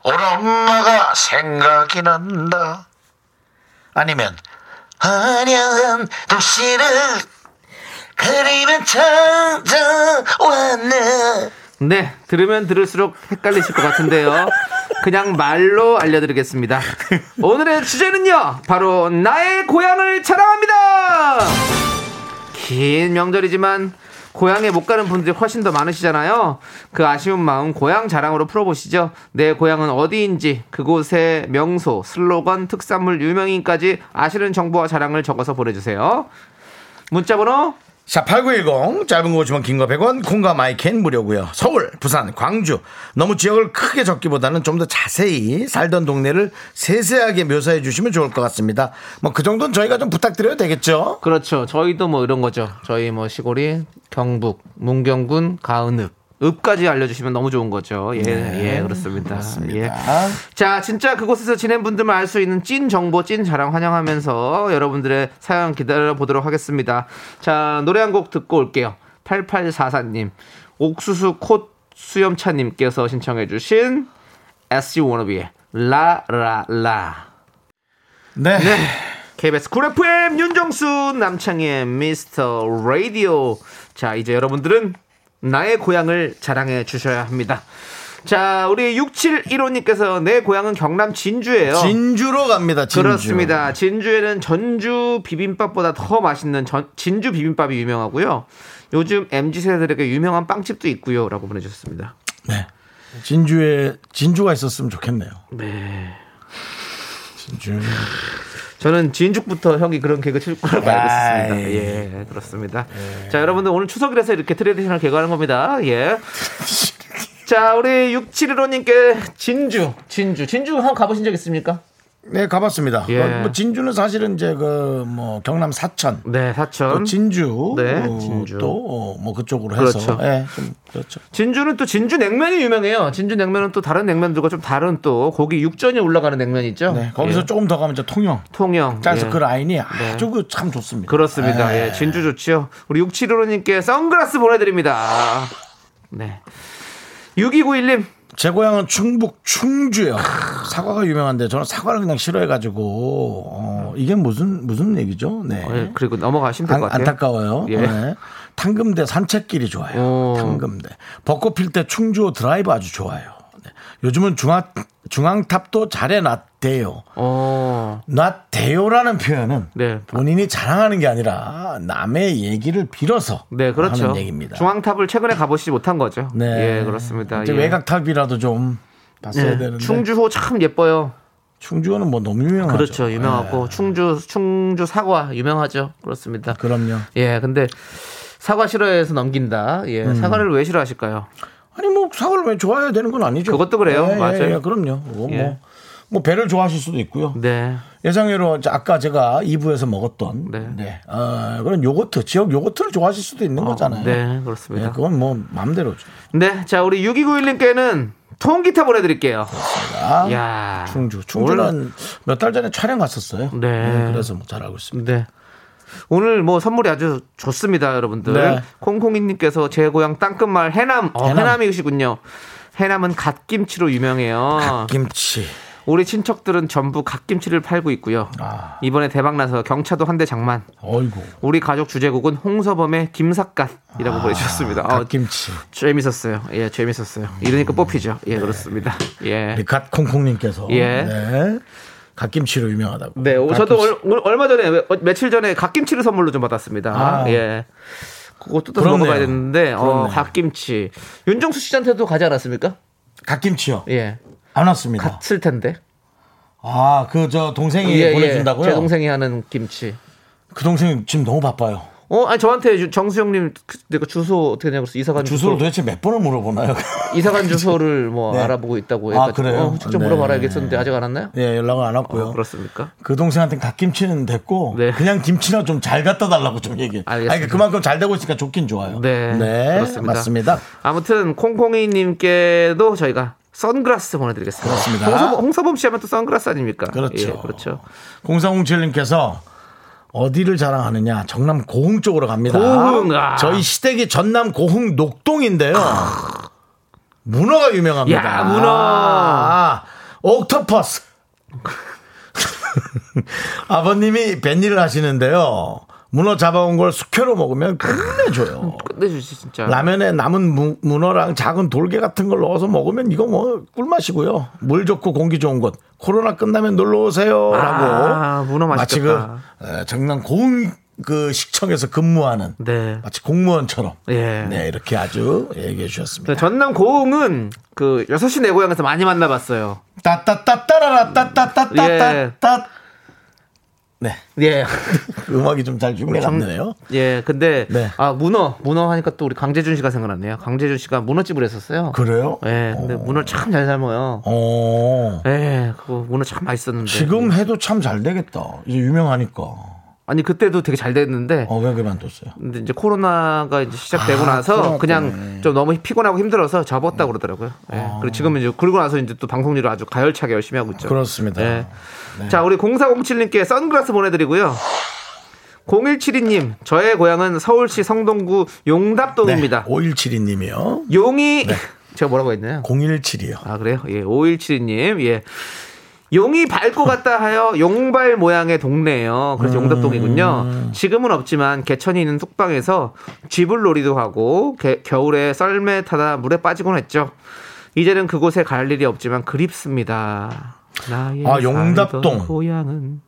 A: 우리 엄마가 생각이 난다 아니면 화려한 도시를 그리는 찾아왔네
B: 네, 들으면 들을수록 헷갈리실 것 같은데요. 그냥 말로 알려드리겠습니다. 오늘의 주제는요, 바로 나의 고향을 자랑합니다! 긴 명절이지만, 고향에 못 가는 분들이 훨씬 더 많으시잖아요. 그 아쉬운 마음 고향 자랑으로 풀어보시죠. 내 고향은 어디인지, 그곳의 명소, 슬로건, 특산물, 유명인까지 아시는 정보와 자랑을 적어서 보내주세요. 문자번호
A: 샵8910 짧은 거 50원 긴거 100원 콩과 마이캔 무료고요 서울 부산 광주 너무 지역을 크게 적기보다는 좀 더 자세히 살던 동네를 세세하게 묘사해 주시면 좋을 것 같습니다 뭐 그 정도는 저희가 좀 부탁드려도 되겠죠
B: 그렇죠. 저희도 뭐 이런 거죠. 저희 뭐 시골이 경북, 문경군, 가은읍. 읍까지 알려주시면 너무 좋은 거죠. 예, 예, 그렇습니다. 예. 자, 진짜 그곳에서 지낸 분들만 알 수 있는 찐 정보, 찐 자랑 환영하면서 여러분들의 사연 기다려보도록 하겠습니다. 자, 노래 한 곡 듣고 올게요. 8844님, 옥수수 콧 수염차님께서 신청해주신 SG 워너비의 라라라.
A: 네,
B: KBS 쿨 FM 윤정수 남창희의 미스터 라디오 자 이제 여러분들은 나의 고향을 자랑해 주셔야 합니다 자 우리 6715님께서 내 고향은 경남 진주예요
A: 진주로 갑니다 진주
B: 그렇습니다 진주에는 전주 비빔밥보다 더 맛있는 전, 진주 비빔밥이 유명하고요 요즘 MZ세대들에게 유명한 빵집도 있고요 라고 보내주셨습니다
A: 네. 진주에 진주가 있었으면 좋겠네요
B: 네
A: 진주
B: 저는 진죽부터 형이 그런 개그 칠 거라고 알고
A: 아이.
B: 있습니다. 예, 그렇습니다. 자, 여러분들 오늘 추석이라서 이렇게 트레디션을 개그하는 겁니다. 예. 자, 우리 6715님께 진주, 진주, 진주 한번 가보신 적 있습니까?
A: 네 가봤습니다
B: 예.
A: 뭐 진주는 사실은 이제 그 뭐 경남 사천
B: 네,
A: 또
B: 사천.
A: 진주
B: 네, 진주.
A: 또뭐 그쪽으로 해서
B: 그렇죠.
A: 예, 좀 그렇죠
B: 진주는 또 진주 냉면이 유명해요. 진주 냉면은 또 다른 냉면들과 좀 다른 또 고기 육전이 올라가는 냉면 있죠?
A: 네, 거기서
B: 예.
A: 조금 더 가면 이제 통영.
B: 통영.
A: 짜서
B: 예.
A: 그 라인이 네. 아주 그참 좋습니다.
B: 그렇습니다. 예, 진주 좋지요. 우리 6715님께 선글라스 보내드립니다. 네. 6291님,
A: 제 고향은 충북 충주요. 사과가 유명한데 저는 사과를 그냥 싫어해가지고 어, 이게 무슨 무슨 얘기죠? 네.
B: 예, 그리고 넘어가시면 될
A: 안,
B: 것 같아요.
A: 안타까워요.
B: 예.
A: 네. 탕금대 산책길이 좋아요.
B: 오.
A: 탕금대 벚꽃 필 때 충주호 드라이브 아주 좋아요. 네. 요즘은 중앙 중앙탑도 잘해놨대요.
B: 어.
A: 나 대요라는 표현은
B: 네.
A: 본인이 자랑하는 게 아니라 남의 얘기를 빌어서
B: 네, 그렇죠.
A: 하는 얘기입니다.
B: 중앙탑을 최근에 가보시지 못한 거죠.
A: 네.
B: 예, 그렇습니다.
A: 이제
B: 예.
A: 외곽탑이라도 좀 봤어야
B: 네.
A: 되는데
B: 충주호 참 예뻐요.
A: 충주는 뭐 너무 유명하죠. 네.
B: 그렇죠. 유명하고 충주 충주 사과 유명하죠. 그렇습니다.
A: 예, 그럼요.
B: 예, 근데 사과 싫어해서 넘긴다. 예,
A: 음.
B: 사과를 왜 싫어하실까요?
A: 아니 뭐 사과를 왜 좋아해야 되는 건 아니죠.
B: 그것도 그래요.
A: 예, 예,
B: 맞아요.
A: 예, 그럼요. 그거
B: 예.
A: 뭐. 뭐 배를 좋아하실 수도 있고요.
B: 네.
A: 예상외로 이제 아까 제가 2부에서 먹었던
B: 네.
A: 네. 어, 그런 요거트 지역 요거트를 좋아하실 수도 있는 거잖아요.
B: 어, 네,
A: 예,
B: 그렇습니다.
A: 그건 뭐 마음대로죠.
B: 네, 자 우리 6291님께는 통기타 보내드릴게요.
A: 아,
B: 야
A: 충주. 충주는 몇 달 전에 촬영 갔었어요.
B: 네.
A: 그래서 뭐 잘 알고 있습니다.
B: 네. 오늘 뭐 선물이 아주 좋습니다, 여러분들.
A: 네.
B: 콩콩이님께서 제 고향 땅끝마을 해남, 어,
A: 해남.
B: 해남. 이시군요 해남은 갓김치로 유명해요.
A: 김치.
B: 우리 친척들은 전부 갓김치를 팔고 있고요.
A: 아.
B: 이번에 대박 나서 경차도 한 대 장만.
A: 어이구.
B: 우리 가족 주제곡은 홍서범의 김삿갓이라고 보내주셨습니다. 어,
A: 아, 갓김치.
B: 재밌었어요. 예, 재밌었어요. 이러니까 뽑히죠.
A: 네.
B: 예, 그렇습니다. 예.
A: 우리 갓콩콩님께서.
B: 예.
A: 네. 갓김치로 유명하다고.
B: 네, 오, 저도 얼, 오늘 얼마 전에 어, 며칠 전에 갓김치를 선물로 좀 받았습니다.
A: 아.
B: 예. 그것도 또
A: 그렇네요.
B: 먹어봐야 되는데 어,
A: 그렇네요.
B: 갓김치. 윤정수 씨한테도 가지 않았습니까?
A: 갓김치요.
B: 예.
A: 안 왔습니다.
B: 갔을 텐데.
A: 아, 그 저 동생이
B: 예,
A: 보내준다고요?
B: 제 동생이 하는 김치.
A: 그 동생이 지금 너무 바빠요.
B: 어, 아니 저한테 유- 정수영님 그- 내가 주소 어떻게 되냐고 그래서 이사간
A: 주소를
B: 주소
A: 도대체 몇 번을 물어보나요?
B: 이사간 주소를 뭐
A: 네.
B: 알아보고 있다고
A: 아,
B: 해가지고
A: 그래요?
B: 어, 직접
A: 네.
B: 물어봐라겠었는데 아직 안 왔나요?
A: 예, 연락을 안 왔고요.
B: 어, 그렇습니까?
A: 그 동생한테 갓김치는 됐고
B: 네.
A: 그냥 김치나 좀 잘 갖다 달라고 좀 얘기.
B: 알겠습니다.
A: 아니 그러니까 그만큼 잘 되고 있으니까 좋긴 좋아요.
B: 네, 그렇습니다.
A: 맞습니다.
B: 아무튼 콩콩이님께도 저희가 선글라스 보내드리겠습니다.
A: 그렇습니다.
B: 홍서범, 홍서범 씨 하면 또 선글라스 아닙니까?
A: 그렇죠.
B: 예, 그렇죠.
A: 공사공칠님께서 어디를 자랑하느냐 정남 고흥 쪽으로 갑니다.
B: 고흥, 아.
A: 저희 시댁이 전남 고흥 녹동인데요. 문어가 유명합니다.
B: 야, 문어.
A: 아, 옥토퍼스. 아버님이 뱃일을 하시는데요. 문어 잡아온 걸 숙회로 먹으면 끝내줘요.
B: 끝내주시 진짜.
A: 라면에 남은 무- 문어랑 작은 돌게 같은 걸 넣어서 먹으면 이거 뭐 꿀맛이고요. 물 좋고 공기 좋은 곳. 코로나 끝나면 놀러 오세요라고.
B: 아, 문어
A: 마치 그
B: 맛있겠다.
A: 에, 정남 고흥 그 식청에서 근무하는
B: 네.
A: 마치 공무원처럼.
B: 예.
A: 네, 이렇게 아주 얘기해 주셨습니다.
B: 네, 전남 고흥은 그 6시 내 고향에서 많이 만나봤어요.
A: 따따따따라라
B: 예.
A: 따따따따따. 네.
B: 예.
A: 음악이 좀 잘 준비가 안 되네요.
B: 예, 근데
A: 네.
B: 아 문어 문어 하니까 또 우리 강재준 씨가 생각났네요. 강재준 씨가 문어집을 했었어요.
A: 그래요?
B: 예, 근데
A: 어.
B: 문어 참 잘 삶아요.
A: 어.
B: 예, 그거 문어 참 맛있었는데.
A: 지금 해도 참 잘 되겠다. 이제 유명하니까.
B: 아니 그때도 되게 잘 됐는데
A: 어, 왜 그만뒀어요?
B: 근데 이제 코로나가 이제 시작되고
A: 아,
B: 나서
A: 그렇구나. 음.
B: 그냥 좀 너무 피곤하고 힘들어서 접었다 고 그러더라고요. 예. 그리고 지금은 이제 그러고 나서 이제 또 방송일을 아주 가열차게 열심히 하고 있죠.
A: 아. 그렇습니다. 네.
B: 예. 자, 우리 0407님께 선글라스 보내드리고요. 0172님, 저의 고향은 서울시 성동구
A: 네.
B: 용답동입니다.
A: 5172님이요.
B: 용이
A: 네.
B: 제가 뭐라고 했나요?
A: 017이요.
B: 아 그래요? 예, 5172님, 예. 용이 밟고 갔다 하여 용발 모양의 동네예요. 그래서
A: 음.
B: 용답동이군요. 지금은 없지만 개천이 있는 뚝방에서 쥐불놀이도 하고 개- 겨울에 썰매 타다 물에 빠지곤 했죠. 이제는 그곳에 갈 일이 없지만 그립습니다. 나의
A: 아, 용답동.
B: 살던 고향은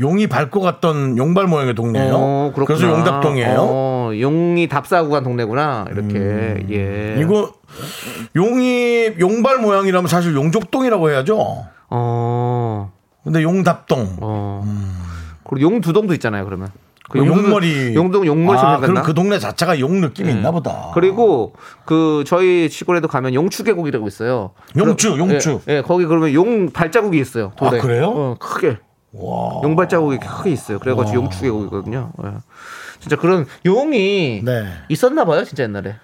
A: 용이 밟고 갔던 용발 모양의 동네예요.
B: 어, 그렇구나.
A: 그래서 용답동이에요.
B: 어, 용이 답사하고 간 동네구나. 이렇게 예.
A: 음. 이거 용이 용발 모양이라면 사실 용족동이라고 해야죠.
B: 어.
A: 근데 용답동.
B: 어. 그리고 용두동도 있잖아요, 그러면. 그 용두동-
A: 음. 용머리.
B: 용동 용머리
A: 아, 그럼
B: 생각나?
A: 그 동네 자체가 용 느낌이 있나 보다.
B: 그리고 그 저희 시골에도 가면 용추계곡이라고 있어요.
A: 용추, 용추.
B: 예, 예, 거기 그러면 용 발자국이 있어요. 돌에.
A: 아, 그래요? 어.
B: 어, 크게.
A: 와.
B: 용 발자국이 크게 있어요. 그래가지고 용추계곡이거든요. 예. 진짜 그런 용이
A: 네.
B: 있었나 봐요, 진짜 옛날에.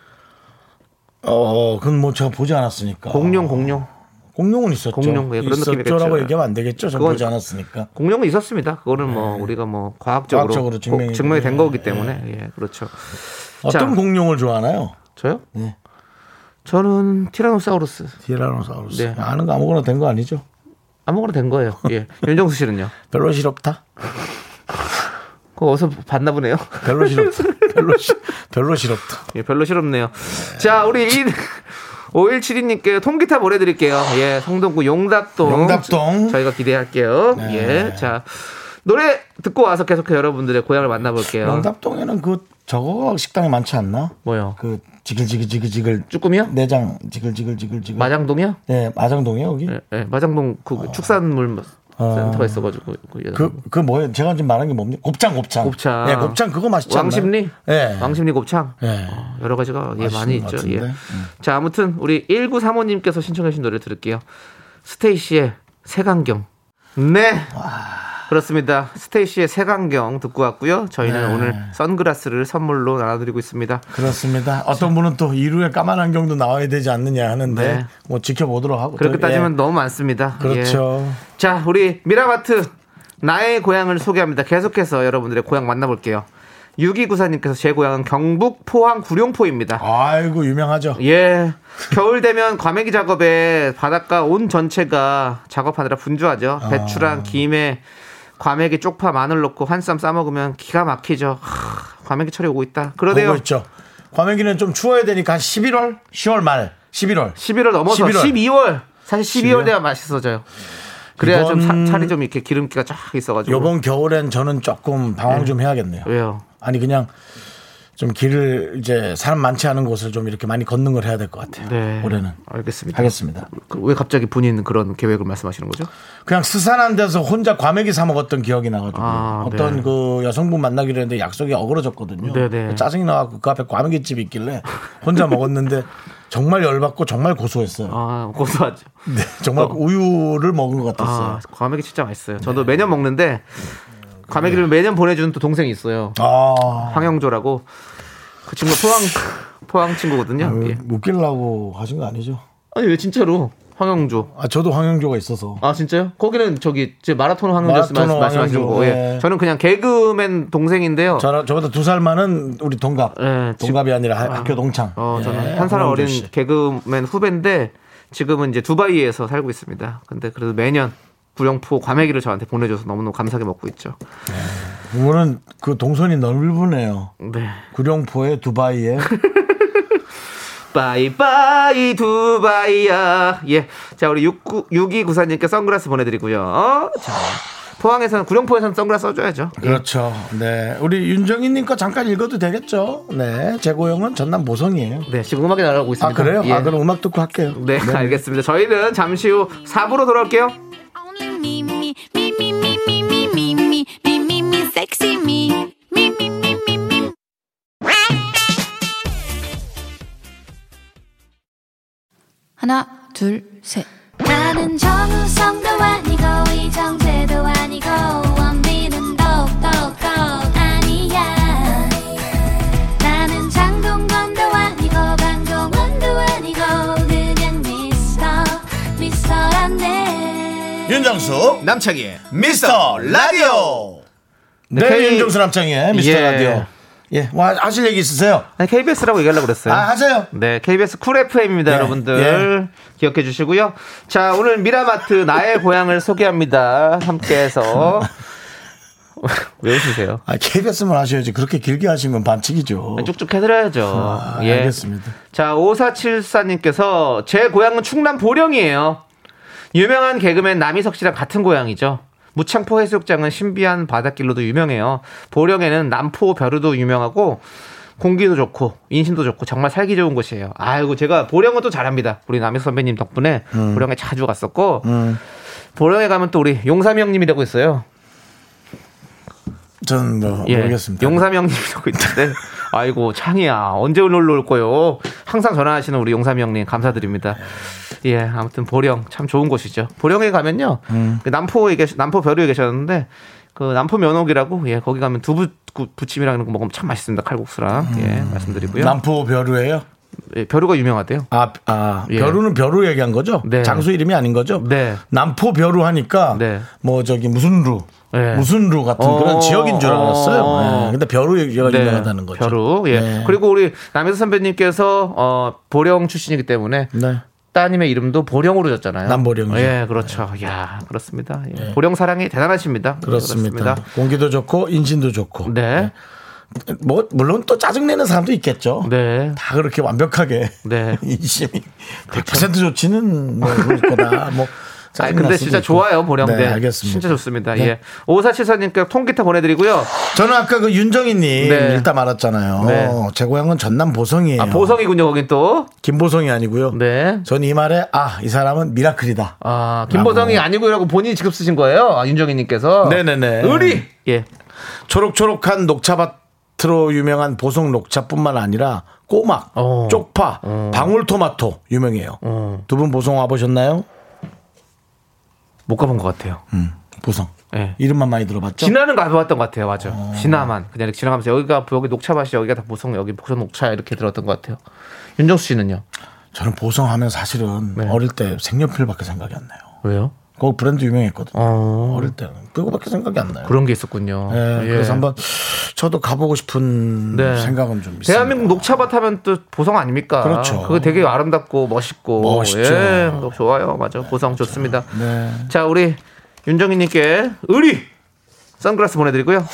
A: 어, 그건 뭐 제가 보지 않았으니까.
B: 공룡, 공룡.
A: 공룡은 있었죠.
B: 공룡, 예, 그런
A: 있었죠라고
B: 느낌이겠죠.
A: 얘기하면 안 되겠죠. 저
B: 그건-
A: 보지 않았으니까.
B: 공룡은 있었습니다. 그거는 뭐 우리가 뭐 과학적으로,
A: 네. 과학적으로
B: 고- 증명이,
A: 증명이-
B: 된
A: 예,
B: 거기 때문에 예, 그렇죠.
A: 어떤 공룡을 좋아하나요?
B: 저요?
A: 네.
B: 저는 티라노사우루스
A: 티라노사우루스.
B: 네.
A: 아는 거 아무거나 된 거 아니죠?
B: 아무거나 된 거예요. 예. 윤정수 씨는요?
A: 별로 싫었다.
B: 그거 어디서 봤나 보네요.
A: 별로 싫었다. 별로, 싫- 별로 싫었다.
B: 예, 별로 싫었네요. 자, 우리 이 5172님께 통기타 보내드릴게요. 예, 성동구 용답동.
A: 용답동. 네.
B: 저희가 기대할게요. 예, 자. 노래 듣고 와서 계속해 여러분들의 고향을 만나볼게요.
A: 영답동에는 그 저거 식당이 많지 않나?
B: 뭐요? 어.
A: 그 지글지글지글지글
B: 쭈꾸미요?
A: 내장 지글지글지글지글
B: 마장동이요?
A: 네 마장동이요 여기
B: 예, 예, 마장동 그 축산물 센터가 있어가지고. 그 여자-
A: 아. 그 그 뭐예요? 제가 지금 말한 게 뭡니까? 곱창 곱창
B: 곱창.
A: 예 곱창 그거 맛있지 않나요?
B: 왕십리?
A: 예
B: 왕십리 곱창?
A: 예.
B: 어, 여러 가지가 예, 많이
A: 맛있는 것
B: 있죠. 예.
A: 같은데. 음.
B: 자, 아무튼 우리 1935님께서 신청하신 노래 들을게요. 스테이시의 색안경. 네. 그렇습니다. 스테이시의 색안경 듣고 왔고요.
A: 네.
B: 저희는 오늘 선글라스를 선물로 나눠드리고 있습니다.
A: 그렇습니다. 어떤 분은 또 이루에 까만 안경도 나와야 되지 않느냐 하는데
B: 네.
A: 뭐 지켜보도록 하고
B: 그렇게
A: 또,
B: 따지면
A: 예.
B: 너무 많습니다.
A: 그렇죠.
B: 예. 자, 우리 미라마트 나의 고향을 소개합니다. 계속해서 여러분들의 고향 만나볼게요. 6294님께서 제 고향은 경북 포항 구룡포입니다.
A: 아이고 유명하죠.
B: 예. 겨울 되면 과메기 작업에 바닷가 온 전체가 작업하느라 분주하죠.
A: 아.
B: 배추랑 김에 과메기 쪽파 마늘 넣고 한 쌈 싸먹으면 기가 막히죠. 하, 과메기 철이 오고 있다. 그러네요.
A: 보고 있죠. 과메기는 좀 추워야 되니까 한 11월, 10월 말, 11월.
B: 11월 넘어서
A: 11월.
B: 12월. 사실 12월
A: 12월?
B: 돼야 맛있어져요. 그래야 좀
A: 이번-
B: 사- 살이 좀 이렇게 기름기가 쫙 있어가지고.
A: 요번 겨울엔 저는 조금 방황
B: 예.
A: 좀 해야겠네요.
B: 왜요?
A: 아니 그냥 좀 길을 이제 사람 많지 않은 곳을 좀 이렇게 많이 걷는 걸 해야 될 것 같아요.
B: 네.
A: 올해는
B: 알겠습니다.
A: 하겠습니다.
B: 그- 왜 갑자기 본인 그런 계획을 말씀하시는 거죠?
A: 그냥 스산한 데서 혼자 과메기 사 먹었던 기억이 나가지고
B: 아,
A: 어떤
B: 네.
A: 그 여성분 만나기로 했는데 약속이 어그러졌거든요.
B: 네네.
A: 짜증이 나갖고 그 앞에 과메기 집이 있길래 혼자 먹었는데 정말 열받고 정말 고소했어요.
B: 아, 어. 고소하죠.
A: 네, 정말 우유를 먹은 것 같았어요. 네.
B: 아, 과메기 진짜 맛있어요. 저도 매년 먹는데 과메기를 매년 보내주는 또 동생이 있어요.
A: 아,
B: 황영조라고 그 친구 포항 포항
A: 아,
B: 친구거든요. 예.
A: 웃기려고 하신 거 아니죠?
B: 아니 왜 진짜로 황영조?
A: 아, 저도 황영조가 있어서.
B: 아 진짜요? 거기는 저기 제 마라톤 황영조
A: 마라톤
B: 말씀하시는
A: 황영조,
B: 거고
A: 예.
B: 예. 저는 그냥 개그맨 동생인데요.
A: 저, 저보다 두 살 많은 우리 동갑.
B: 어. 예, 지-
A: 동갑이 아니라 하- 학교 동창.
B: 어,
A: 예,
B: 저는 한 살
A: 황영조
B: 어린
A: 씨.
B: 개그맨 후배인데 지금은 이제 두바이에서 살고 있습니다. 근데 그래도 매년 구룡포 과메기를 저한테 보내줘서 너무너무 감사하게 먹고 있죠.
A: 이거는 그 동선이 넓으네요.
B: 네.
A: 구룡포에 두바이에
B: 예. 바이바이 두바이야. 예. 자, 우리 69, 6294님께 선글라스 보내드리고요. 어? 자, 포항에서는, 구룡포에서는 선글라스 써줘야죠.
A: 그렇죠. 네. 우리 윤정희님 거 잠깐 읽어도 되겠죠? 네. 제 고향은 전남 모성이에요.
B: 네, 지금 음악이 날아오고
A: 아,
B: 있습니다.
A: 그래요?
B: 예.
A: 아, 그럼 음악 듣고 할게요.
B: 네, 알겠습니다. 저희는 잠시 후 4부로 돌아올게요.
C: Only me, me, me, me, me, me, me, me, me, me, me, me, sexy me. Me, me, me, me, me.
F: 하나, 둘, 셋.
D: 나는 정우성도 아니고 이정재도 아니고 원빈은 더욱더 아니야 나는 장동건도 아니고 방종원도 아니고 그냥 미스터 미스터란데
A: 윤정수,
E: 남창희의
A: 미스터 라디오. 네,
B: K-
A: 윤정수 남창희의 미스터
B: 예.
A: 라디오. 예. 뭐 하- 하실 얘기 있으세요?
B: 아니, KBS라고 얘기하려고 그랬어요.
A: 아, 하세요.
B: 네, KBS 쿨 FM입니다,
A: 예,
B: 여러분들. 기억해 주시고요. 자, 오늘 미라마트 나의 고향을 소개합니다. 함께해서 왜 웃으세요?
A: 아, KBS만 하셔야지. 그렇게 길게 하시면 반칙이죠.
B: 쭉쭉 해드려야죠.
A: 어. 아,
B: 예.
A: 알겠습니다.
B: 자, 5474님께서 제 고향은 충남 보령이에요. 유명한 개그맨 남희석 씨랑 같은 고향이죠. 무창포 해수욕장은 신비한 바닷길로도 유명해요. 보령에는 남포 벼루도 유명하고 공기도 좋고 인심도 좋고 정말 살기 좋은 곳이에요. 아이고 제가 보령은 또 잘합니다. 우리 남희석 선배님 덕분에 보령에 자주 갔었고 보령에 가면 또 우리 용삼이 형님이라고 있어요.
A: 전 뭐, 모르겠습니다.
B: 예. 용삼 형님이라고 있는데, 아이고 창이야 언제 놀러 올 거요? 항상 전화하시는 우리 용삼 형님 감사드립니다.
A: 네.
B: 예, 아무튼 보령 참 좋은 곳이죠. 보령에 가면요,
A: 음.
B: 그 남포에 계시, 남포 벼루에 계셨는데 그 남포 면옥이라고 예 거기 가면 두부 구- 부침이랑 이런 거 먹으면 참 맛있습니다. 칼국수랑 예 말씀드리고요.
A: 음. 남포 벼루예요?
B: 예, 벼루가 유명하대요.
A: 아, 아
B: 예.
A: 벼루는 벼루 얘기한 거죠?
B: 네.
A: 장소 이름이 아닌 거죠?
B: 네.
A: 남포 벼루 하니까
B: 네.
A: 뭐 저기 무슨 루
B: 예.
A: 무슨 루 같은
B: 어,
A: 그런 지역인 줄 알았어요.
B: 어.
A: 예. 근데 벼루 얘기가
B: 네,
A: 유명하다는 거죠.
B: 벼루 예
A: 네.
B: 그리고 우리 남해서 선배님께서 어 보령 출신이기 때문에
A: 네.
B: 따님의 이름도 보령으로 졌잖아요.
A: 남보령이죠. 네.
B: 예, 그렇죠. 야, 그렇습니다. 예. 보령 사랑이 대단하십니다.
A: 그렇습니다.
B: 예,
A: 공기도 좋고 인신도 좋고.
B: 네.
A: 뭐 물론 또 짜증내는 사람도 있겠죠.
B: 네.
A: 다 그렇게 완벽하게
B: 네.
A: 인심이 100% 좋지는 뭐 그럴 거다. 뭐
B: 아
A: 짜증날
B: 근데
A: 수도
B: 진짜
A: 있고.
B: 좋아요, 보령.
A: 네,
B: 네,
A: 알겠습니다.
B: 진짜 좋습니다.
A: 네.
B: 예. 오사시사님께 통기타 보내드리고요.
A: 저는 아까 그 윤정희님
B: 네.
A: 일단 말았잖아요.
B: 네.
A: 제 고향은 전남 보성이에요.
B: 아, 보성이군요, 거긴 또.
A: 김보성이 아니고요.
B: 네.
A: 전 이 말에 아 이 사람은 미라클이다.
B: 아, 김보성이 아니고요라고 본인이 직접 쓰신 거예요. 아, 윤정희님께서.
A: 네네네.
B: 의리! 예.
A: 초록초록한 녹차밭으로 유명한 보성 녹차뿐만 아니라 꼬막,
B: 어.
A: 쪽파, 방울토마토 유명해요. 두 분 보성 와보셨나요? 음,
B: 못 가본 것 같아요.
A: 보성.
B: 예. 예.
A: 이름만 많이 들어봤죠? 어.
B: 진화는 가봤던 것 같아요, 맞아. 진화만 그냥 이렇게 지나가면서 여기가 여기 녹차밭이 여기가 다 보성 여기 보성 녹차 이렇게 들었던 것 같아요. 윤정수 씨는요?
A: 저는 보성하면 사실은
B: 네.
A: 어릴 때 생년필밖에 생각이 안 나요.
B: 왜요?
A: 그 브랜드 유명했거든요.
B: 어,
A: 어릴 때는 그거밖에 생각이 안 나요.
B: 그런 게 있었군요.
A: 예,
B: 예.
A: 그래서 한번 저도 가보고 싶은
B: 네.
A: 생각은 좀 있어요.
B: 대한민국 녹차밭 하면 또 보성 아닙니까?
A: 그렇죠.
B: 그거 되게 아름답고 멋있고
A: 멋있죠.
B: 예, 그거 좋아요, 맞아. 보성 좋습니다.
A: 네.
B: 자, 우리 윤정희님께 의리 선글라스 보내드리고요.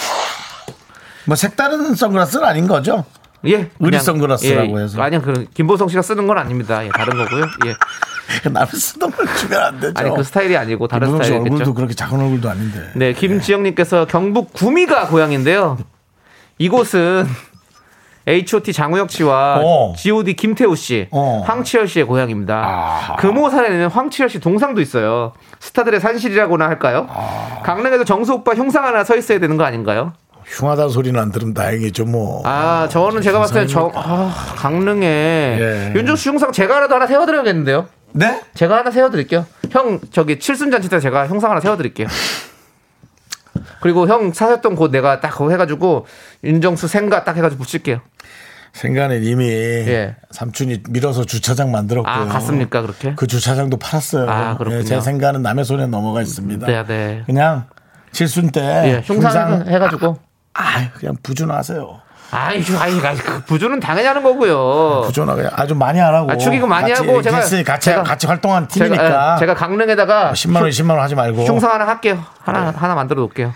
A: 뭐 색다른 선글라스는 아닌 거죠?
B: 예, 그냥,
A: 선글라스라고
B: 예,
A: 해서.
B: 아니요, 그 김보성 씨가 쓰는 건 아닙니다. 예, 다른 거고요. 예,
A: 남의 쓰던 걸 주면 안 되죠.
B: 아니 그 스타일이 아니고 다른
A: 김무성 씨 얼굴도
B: 스타일이겠죠.
A: 그렇게 작은 얼굴도 아닌데.
B: 네, 김지영님께서 경북 구미가 고향인데요. 이곳은 H.O.T. 장우혁 씨와
A: 어.
B: G.O.D. 김태우 씨,
A: 어.
B: 황치열 씨의 고향입니다.
A: 아하.
B: 금호산에는 황치열 씨 동상도 있어요. 스타들의 산실이라고나 할까요?
A: 아.
B: 강릉에서 정수 오빠 형상 하나 서 있어야 되는 거 아닌가요?
A: 흉하다 소리는 안 들으면 다행이죠 뭐.
B: 아, 저는 제가 봤을 때 저, 아, 강릉에
A: 예.
B: 윤종수 형상 제가라도 하나 세워드려야겠는데요.
A: 네?
B: 제가 하나 세워드릴게요. 형 저기 칠순잔치 때 제가 형상 하나 세워드릴게요. 그리고 형 사셨던 곳 내가 딱 그거 해가지고 윤정수 생가 딱 해가지고 붙일게요.
A: 생간은 이미
B: 예.
A: 삼촌이 밀어서 주차장 만들었고요.
B: 아 갔습니까 그렇게?
A: 그 주차장도 팔았어요. 예,
B: 아, 그렇군요.
A: 제 생간은 남의 손에 넘어가 있습니다.
B: 네, 네.
A: 그냥 칠순 때
B: 예, 흉상
A: 흉상
B: 해가지고.
A: 아 그냥 부준하세요.
B: 아이, 아이, 아이, 그 부조는 당연히 하는 거고요.
A: 부준하 그냥 아주 많이 안 하고
B: 아, 축의금 많이
A: 같이
B: 하고 제가-
A: 같이 같이,
B: 제가-
A: 같이 활동한
B: 제가,
A: 팀이니까 아, 뭐.
B: 예, 제가 강릉에다가
A: 10만 원, 20만 원 하지 말고
B: 흉상 하나 할게요. 하나
A: 네.
B: 하나 만들어 놓을게요.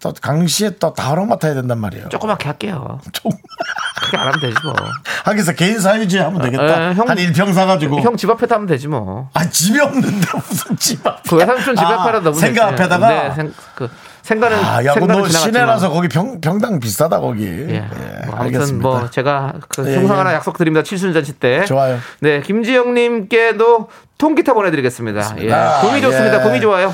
A: 또 강릉시에 또 다 허락 맡아야 된단 말이에요.
B: 조그맣게 할게요.
A: 좀.
B: 그렇게 안 하면 되지 뭐.
A: 하기서 아, 개인 사유지 하면 되겠다.
B: 에, 아, 예, 형-
A: 한 일평 사가지고.
B: 형 집 앞에다 하면 되지 뭐.
A: 아 집이 없는데 무슨 집 앞?
B: 그 외삼촌 집에
A: 아,
B: 팔아 너무
A: 생가
B: 되지.
A: 앞에다가?
B: 네, 생, 그 생가는
A: 아, 야, 그건
B: 생가는
A: 너
B: 지나갔지만.
A: 시내라서 거기 평, 평당 비싸다 거기. 예,
B: 예. 뭐 아무튼
A: 알겠습니다.
B: 뭐 제가 그
A: 예,
B: 흉상
A: 예.
B: 하나 약속드립니다. 칠순잔치 때.
A: 좋아요.
B: 네, 김지영님께도 통기타 보내드리겠습니다.
A: 좋습니다.
B: 예, 봄이 좋습니다.
A: 예.
B: 봄이 좋아요.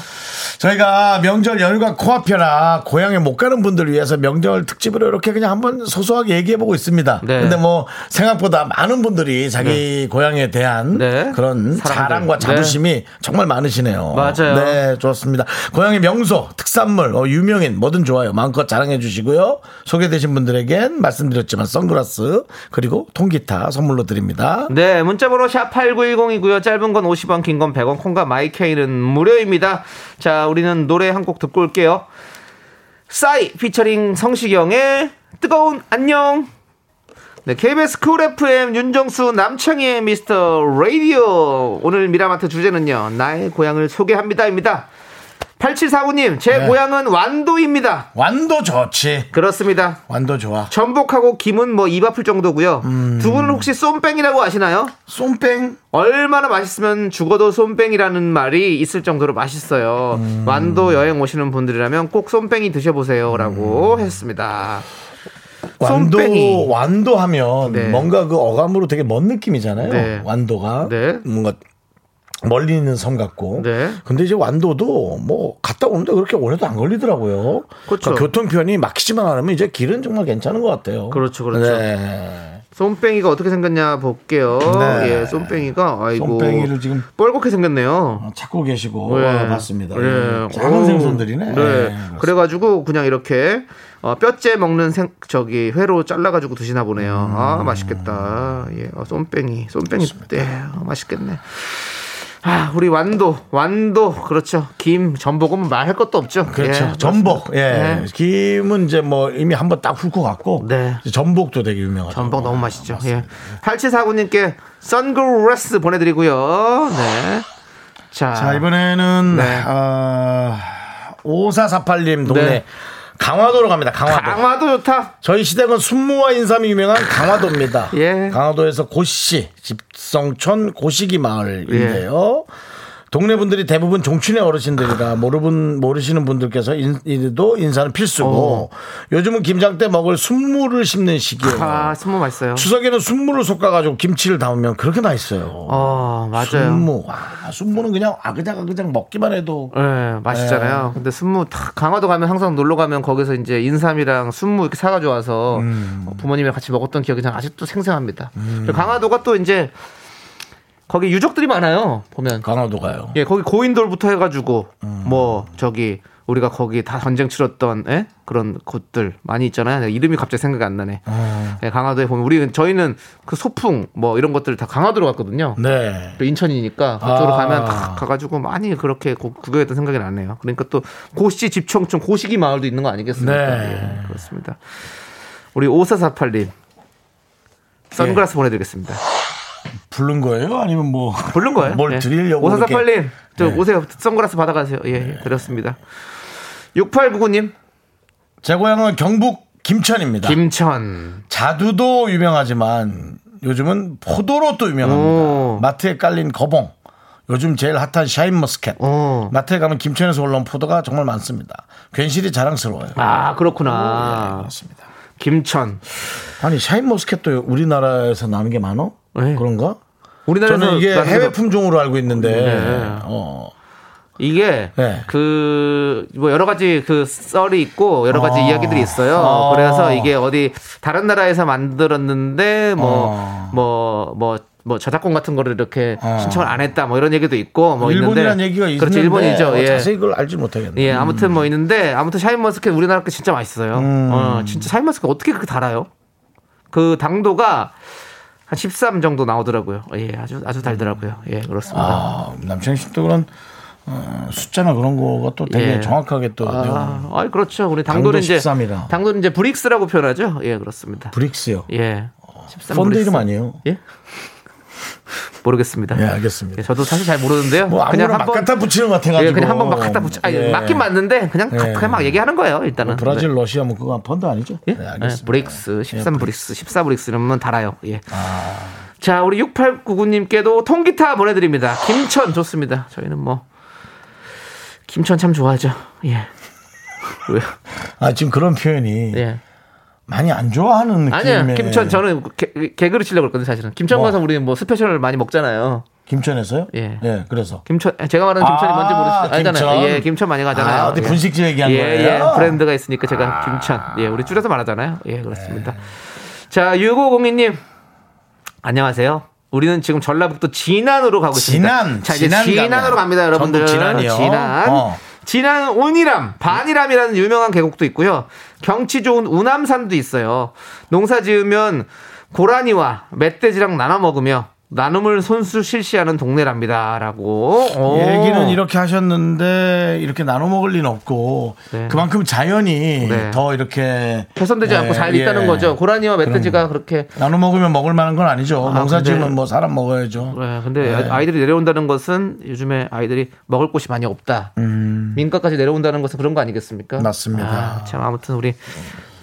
A: 저희가 명절 연휴가 코앞이라 고향에 못 가는 분들을 위해서 명절 특집으로 이렇게 그냥 한번 소소하게 얘기해 보고 있습니다.
B: 네.
A: 근데 뭐 생각보다 많은 분들이 자기 고향에 대한
B: 네.
A: 그런
B: 사랑들.
A: 자랑과 자부심이 정말 많으시네요.
B: 맞아요.
A: 네, 좋습니다. 고향의 명소, 특산물, 어, 유명인 뭐든 좋아요. 마음껏 자랑해 주시고요. 소개되신 분들에겐 말씀드렸지만 선글라스 그리고 통기타 선물로 드립니다.
B: 네, 문자번호 샵 8910이고요. 짧은 건 50원, 긴 건 100원, 콩과 마이케이는 무료입니다. 자, 우리는 노래 한 곡 듣고 올게요. 싸이 피처링 성시경의 뜨거운 안녕. 네, KBS 쿨 FM 윤정수 남창희의 미스터 라디오. 오늘 미라마트 주제는요. 나의 고향을 소개합니다입니다. 8749님, 제
A: 네.
B: 고향은 완도입니다.
A: 완도 좋지.
B: 그렇습니다.
A: 완도 좋아.
B: 전복하고 김은 뭐 입 아플 정도고요. 두 분은 혹시 쏨뺑이라고 아시나요?
A: 쏨뺑
B: 얼마나 맛있으면 죽어도 솜뱅이라는 말이 있을 정도로 맛있어요.
A: 음.
B: 완도 여행 오시는 분들이라면 꼭 솜뱅이
A: 음.
B: 드셔보세요라고 했습니다.
A: 완도
B: 솜뱅이.
A: 완도하면
B: 네.
A: 뭔가 그 어감으로 되게 먼 느낌이잖아요.
B: 네.
A: 완도가
B: 네.
A: 뭔가 멀리 있는 섬 같고.
B: 네.
A: 근데 이제 완도도 뭐 갔다 오는데 그렇게 오래도 안 걸리더라고요. 그러니까
B: 그렇죠.
A: 교통편이 막히지만 않으면 이제 길은 정말 괜찮은 것 같아요.
B: 그렇죠, 그렇죠.
A: 네.
B: 솜뱅이가 어떻게 생겼냐 볼게요.
A: 네.
B: 예, 솜뱅이가 아이고
A: 솜뱅이를 지금
B: 뻘겋게 생겼네요.
A: 찾고 계시고
B: 예.
A: 맞습니다.
B: 예.
A: 작은
B: 오.
A: 생선들이네.
B: 네.
A: 네.
B: 그래가지고 그냥 이렇게 어, 뼈째 먹는 생 저기 회로 잘라가지고 드시나 보네요.
A: 음.
B: 아 맛있겠다. 예, 어, 쏨뺑이, 쏨뺑이 때 어, 맛있겠네. 아 우리 완도, 완도 그렇죠. 김 전복은 뭐 말할 것도 없죠.
A: 그렇죠.
B: 예,
A: 전복. 예.
B: 네.
A: 김은 이제 뭐 이미 한번 딱 훑고 갔고.
B: 네.
A: 이제 전복도 되게 유명하죠.
B: 전복 너무 맛있죠. 예. 8749님께 선글라스 보내드리고요. 네. 자,
A: 자 이번에는
B: 아. 네.
A: 아, 5448님 동네
B: 네.
A: 강화도로 갑니다. 강화도.
B: 강화도 좋다.
A: 저희 시댁은 순무와 인삼이 유명한 강화도입니다.
B: 예.
A: 강화도에서 고시 집성촌 고시기 마을인데요.
B: 예.
A: 동네 분들이 대부분 종친의 어르신들이라 모르분 모르시는 분들께서 인도 인사는 필수고 요즘은 김장 때 먹을 순무를 심는 시기예요.
B: 어. 아, 스무 맛있어요.
A: 추석에는 순무를 솎아가지고 김치를 담으면 그렇게 맛있어요.
B: 어, 맞아요.
A: 순무, 와, 순무는 그냥 아그작아그작 먹기만 해도
B: 예, 맛있잖아요. 근데 순무 탁 강화도 가면 항상 놀러 가면 거기서 이제 인삼이랑 순무 이렇게 사가지고 와서 어, 부모님이랑 같이 먹었던 기억이 난 아직도 생생합니다. 그리고 강화도가 또 이제 거기 유적들이 많아요. 보면
A: 강화도 가요.
B: 예, 거기 고인돌부터 해가지고 뭐 저기 우리가 거기 다 전쟁 치렀던 예? 그런 곳들 많이 있잖아요. 내가 이름이 갑자기 생각이 안 나네.
A: 어.
B: 예, 강화도에 보면 우리 저희는 그 소풍 뭐 이런 것들 다 강화도로 갔거든요.
A: 네.
B: 또 인천이니까 그쪽으로
A: 아.
B: 가면 탁 가가지고 많이 그렇게 고- 구경했던 생각이 나네요. 그러니까 또 고시 집청촌 고시기 마을도 있는 거 아니겠습니까?
A: 네. 예.
B: 예, 그렇습니다. 우리 5448님 선글라스 보내드리겠습니다.
A: 부른 거예요? 아니면 뭐.
B: 부른 거예요? 네.
A: 뭘 드리려고. 이렇게.
B: 5448님 저
A: 네.
B: 오세요. 선글라스 받아가세요. 예, 예 드렸습니다. 6899님
A: 제 고향은 경북 김천입니다.
B: 김천
A: 자두도 유명하지만 요즘은 포도로 또 유명합니다.
B: 오.
A: 마트에 깔린 거봉. 요즘 제일 핫한 샤인머스켓.
B: 오.
A: 마트에 가면 김천에서 올라온 포도가 정말 많습니다. 괜시리 자랑스러워요.
B: 아 그렇구나
A: 맞습니다.
B: 예. 김천
A: 아니 샤인머스켓도 우리나라에서 나는 게 많어?
B: 네.
A: 그런가?
B: 우리나라에서
A: 저는 이게
B: 나중에
A: 해외 품종으로 알고 있는데
B: 네.
A: 어.
B: 이게
A: 네.
B: 그 뭐 여러 가지 그 썰이 있고 여러 가지
A: 어.
B: 이야기들이 있어요.
A: 어.
B: 그래서 이게 어디 다른 나라에서 만들었는데
A: 어.
B: 뭐 뭐 뭐 뭐 저작권 같은 거를 이렇게
A: 어.
B: 신청을 안 했다 뭐 이런 얘기도 있고 뭐
A: 일본이란
B: 있는데
A: 얘기가 있는데
B: 그렇죠 일본이죠
A: 어, 음.
B: 예.
A: 자세히 그걸 알지 못하겠네.
B: 예 아무튼 뭐 있는데 아무튼 샤인머스켓 우리나라 게 진짜 맛있어요
A: 음.
B: 어 진짜 샤인머스켓 어떻게 그렇게 달아요 그 당도가 한 13 정도 나오더라고요 예 아주 아주 달더라고요 예 그렇습니다
A: 아, 남창희 씨도 그런 어, 숫자나 그런 거가 또 되게
B: 예.
A: 정확하게 또
B: 아, 아이, 그렇죠. 우리
A: 당도
B: 당도는 이제
A: 13이라.
B: 당도는 이제 브릭스라고 표현하죠. 예, 그렇습니다.
A: 브릭스요.
B: 예. 13
A: 펀드
B: 브릭스.
A: 이름 아니에요?
B: 예? 모르겠습니다.
A: 예,
B: 예,
A: 알겠습니다.
B: 저도 사실 잘 모르는데요.
A: 뭐 아무나
B: 그냥
A: 막
B: 한번
A: 갖다 붙이는 것 같아가지고.
B: 예, 그냥 한번 막 갖다 붙여. 아니,
A: 예.
B: 맞긴 맞는데 그냥 가-
A: 예.
B: 그냥 막 얘기하는 거예요, 일단은.
A: 브라질,
B: 네.
A: 러시아 뭐 그거 펀드 아니죠?
B: 예?
A: 네,
B: 예,
A: 알겠습니다.
B: 브릭스, 13
A: 예,
B: 브릭스, 14 브릭스는 달아요. 예. 자, 우리 6899님께도 통기타 보내드립니다. 김천 좋습니다. 저희는 뭐 김천 참 좋아하죠. 예. 왜요?
A: 아 지금 그런 표현이
B: 예.
A: 많이 안 좋아하는 느낌의
B: 아니요, 김천 저는 개, 개그를 치려고 그랬거든요, 사실은.
A: 예.
B: 김천
A: 뭐?
B: 가서 우리 뭐 스페셜을 많이 먹잖아요.
A: 김천에서요?
B: 예.
A: 그래서
B: 김천 제가 말하는 김천이
A: 아,
B: 뭔지 모르시죠? 알잖아요.
A: 김천.
B: 예, 김천 많이 가잖아요.
A: 아, 어디
B: 예.
A: 분식집 얘기한
B: 예,
A: 거예요?
B: 예, 브랜드가 있으니까 제가 김천. 예, 우리 줄여서 말하잖아요. 예, 그렇습니다. 자, 6502님. 안녕하세요. 우리는 지금 전라북도 진안으로 가고 있습니다.
A: 진안,
B: 자, 이제
A: 진안 가고요.
B: 진안으로 갑니다, 여러분들.
A: 전북 진안이요.
B: 진안.
A: 어.
B: 진안 온이람, 반이람이라는 유명한 계곡도 있고요. 경치 좋은 우남산도 있어요. 농사 지으면 고라니와 멧돼지랑 나눠 먹으며 나눔을 손수 실시하는 동네랍니다라고. 오.
A: 얘기는 이렇게 하셨는데 이렇게 나눠 먹을 리는 없고
B: 네.
A: 그만큼 자연이
B: 네.
A: 더 이렇게
B: 훼손되지
A: 예,
B: 않고 잘
A: 예.
B: 있다는 거죠. 고라니와 멧돼지가 그렇게
A: 나눠 먹으면 먹을 만한 건 아니죠. 농사
B: 근데-
A: 지으면 뭐 사람 먹어야죠.
B: 네, 근데
A: 예.
B: 아- 아이들이 내려온다는 것은 요즘에 아이들이 먹을 곳이 많이 없다. 민가까지 내려온다는 것은 그런 거 아니겠습니까?
A: 음. 맞습니다.
B: 아, 참 아무튼 우리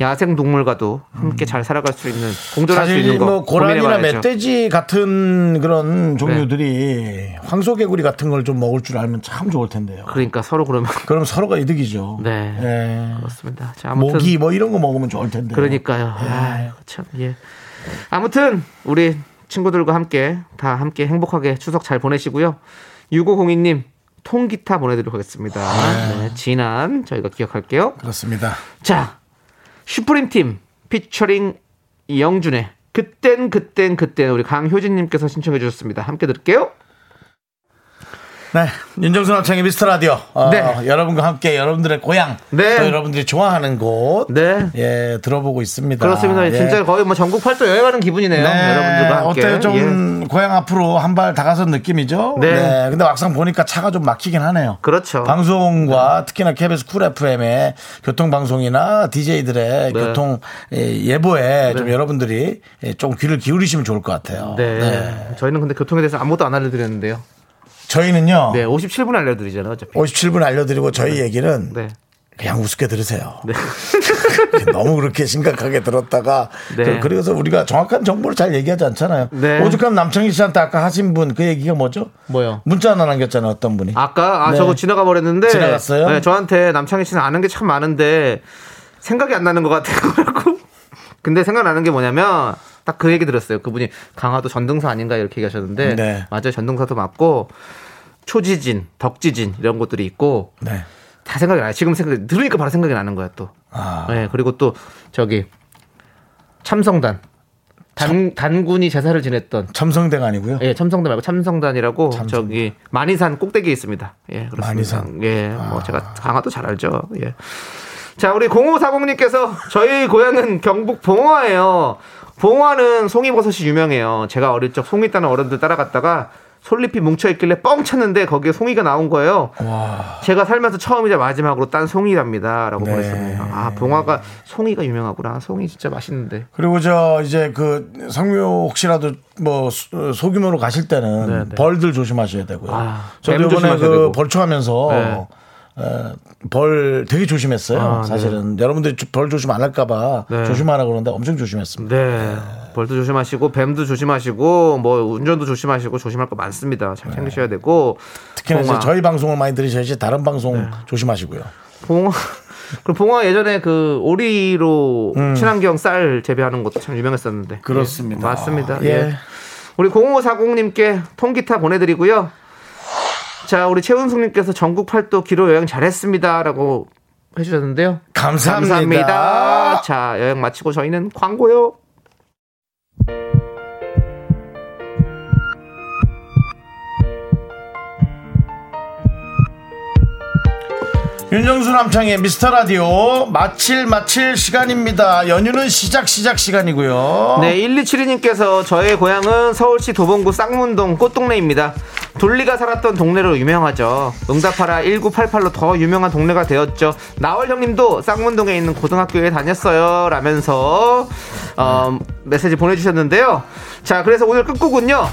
B: 야생 동물과도 함께 잘 살아갈 수 있는 공존할 수
A: 음. 사실
B: 있는 거
A: 뭐 고라니나
B: 고민해봐야죠.
A: 멧돼지 같은 그런 종류들이
B: 네.
A: 황소개구리 같은 걸 좀 먹을 줄 알면 참 좋을 텐데요.
B: 그러니까 서로 그러면
A: 그럼 서로가 이득이죠.
B: 네.
A: 예.
B: 그렇습니다. 자, 아무튼
A: 모기 뭐 이런 거 먹으면 좋을 텐데.
B: 그러니까요. 아유, 참 예. 아무튼 우리 친구들과 함께 다 함께 행복하게 추석 잘 보내시고요. 6502님 통기타 보내드리도록 하겠습니다.
A: 아.
B: 네, 지난 저희가 기억할게요.
A: 그렇습니다.
B: 자, 슈프림 팀 피처링 이영준의 그땐 그땐 그땐 우리 강효진님께서 신청해 주셨습니다. 함께 들을게요.
A: 네, 윤정수 남창의 미스터 라디오. 어,
B: 네.
A: 여러분과 함께 여러분들의 고향,
B: 네.
A: 또 여러분들이 좋아하는 곳,
B: 네.
A: 예 들어보고 있습니다.
B: 그렇습니다.
A: 예.
B: 진짜 거의 뭐 전국 팔도 여행 가는 기분이네요.
A: 네,
B: 여러분들과 함께. 예.
A: 어때요? 좀 고향 앞으로 한 발 다가선 느낌이죠?
B: 네.
A: 근데 막상 보니까 차가 좀 막히긴 하네요.
B: 그렇죠.
A: 방송과 특히나 KBS 쿨 FM의 교통방송이나 DJ들의
B: 네.
A: 교통 예, 예보에 좀 여러분들이 예, 좀 귀를 기울이시면 좋을 것 같아요.
B: 네. 저희는 근데 교통에 대해서 아무것도 안 알려드렸는데요.
A: 저희는요.
B: 네, 57분 알려드리잖아요. 어차피.
A: 57분 알려드리고 저희 얘기는
B: 네.
A: 그냥 우습게 들으세요. 너무 그렇게 심각하게 들었다가
B: 네.
A: 그- 그래서 우리가 정확한 정보를 잘 얘기하지 않잖아요.
B: 네.
A: 오죽하면 남청희 씨한테 아까 하신 분 그 얘기가 뭐죠?
B: 뭐요?
A: 문자 하나 남겼잖아요. 어떤 분이.
B: 아까 아
A: 네.
B: 저거 지나가 버렸는데
A: 지나갔어요?
B: 네, 저한테 남창희 씨는 아는 게 참 많은데 생각이 안 나는 것 같아요라고. 근데 생각나는 게 뭐냐면 딱 그 얘기 들었어요. 그분이 강화도 전등사 아닌가 이렇게 얘기하셨는데
A: 네.
B: 맞아요. 전등사도 맞고 초지진, 덕지진 이런 것들이 있고
A: 네.
B: 다 생각이 나요. 지금 생각 들으니까 바로 네. 생각이 나는 거야 또.
A: 아.
B: 네, 그리고 또 저기 참성단 단, 단군이 제사를 지냈던
A: 첨성대가 아니고요.
B: 예, 첨성단 말고 참성단이라고
A: 참성단.
B: 저기 만이산 꼭대기에 있습니다. 예, 그렇습니다.
A: 만이산. 아.
B: 예, 뭐 제가 강화도 잘 알죠. 예. 자, 우리 0540님께서 저희 고향은 경북 봉화예요. 봉화는 송이버섯이 유명해요. 제가 어릴 적 송이 따는 어른들 따라갔다가 솔잎이 뭉쳐있길래 뻥 쳤는데 거기에 송이가 나온 거예요. 제가 살면서 처음이자 마지막으로 딴 송이랍니다. 라고
A: 네.
B: 보냈습니다. 아, 봉화가 송이가 유명하구나. 송이 진짜 맛있는데.
A: 그리고 저 이제 그 성묘 혹시라도 뭐 소- 소규모로 가실 때는
B: 네, 네.
A: 벌들 조심하셔야 되고요.
B: 아,
A: 저도
B: 뱀
A: 이번에
B: 조심하셔야
A: 그
B: 되고.
A: 벌초하면서
B: 네.
A: 에, 벌 되게 조심했어요.
B: 아, 네.
A: 사실은 여러분들이 조- 벌 조심 안 할까봐
B: 네.
A: 조심하라 그러는데 엄청 조심했습니다.
B: 네. 벌도 조심하시고 뱀도 조심하시고 뭐 운전도 조심하시고 조심할 거 많습니다.
A: 네.
B: 잘 챙기셔야 되고
A: 특히나 이제
B: 봉화.
A: 저희 방송을 많이 들으셔야지 다른 방송 조심하시고요.
B: 봉화 그리고 봉화 예전에 그 오리로 친환경 쌀 재배하는 것도 참 유명했었는데
A: 음. 그렇습니다.
B: 예, 맞습니다.
A: 예.
B: 예. 우리 0540님께 통기타 보내드리고요. 자 우리 최은숙님께서 전국 팔도 기로 여행 잘했습니다라고 해주셨는데요.
A: 감사합니다.
B: 감사합니다. 자 여행 마치고 저희는 광고요.
A: 윤정수 남창의 미스터 라디오 마칠 마칠 시간입니다. 연휴는 시작 시작 시간이고요.
B: 네, 1272님께서 저의 고향은 서울시 도봉구 쌍문동 꽃동네입니다. 돌리가 살았던 동네로 유명하죠. 응답하라 1988로 더 유명한 동네가 되었죠. 나월 형님도 쌍문동에 있는 고등학교에 다녔어요. 라면서 어, 메시지 보내주셨는데요. 자, 그래서 오늘 끝곡은요.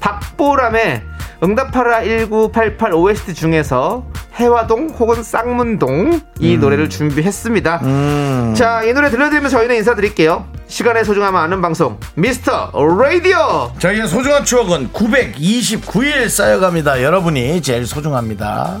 B: 박보람의 응답하라 1988 OST 중에서 해화동 혹은 쌍문동 이 노래를 준비했습니다. 자, 이 노래 들려드리면서 저희는 인사드릴게요. 시간의 소중함을 아는 방송, 미스터 라디오!
A: 저희의 소중한 추억은 929일 쌓여갑니다. 여러분이 제일 소중합니다.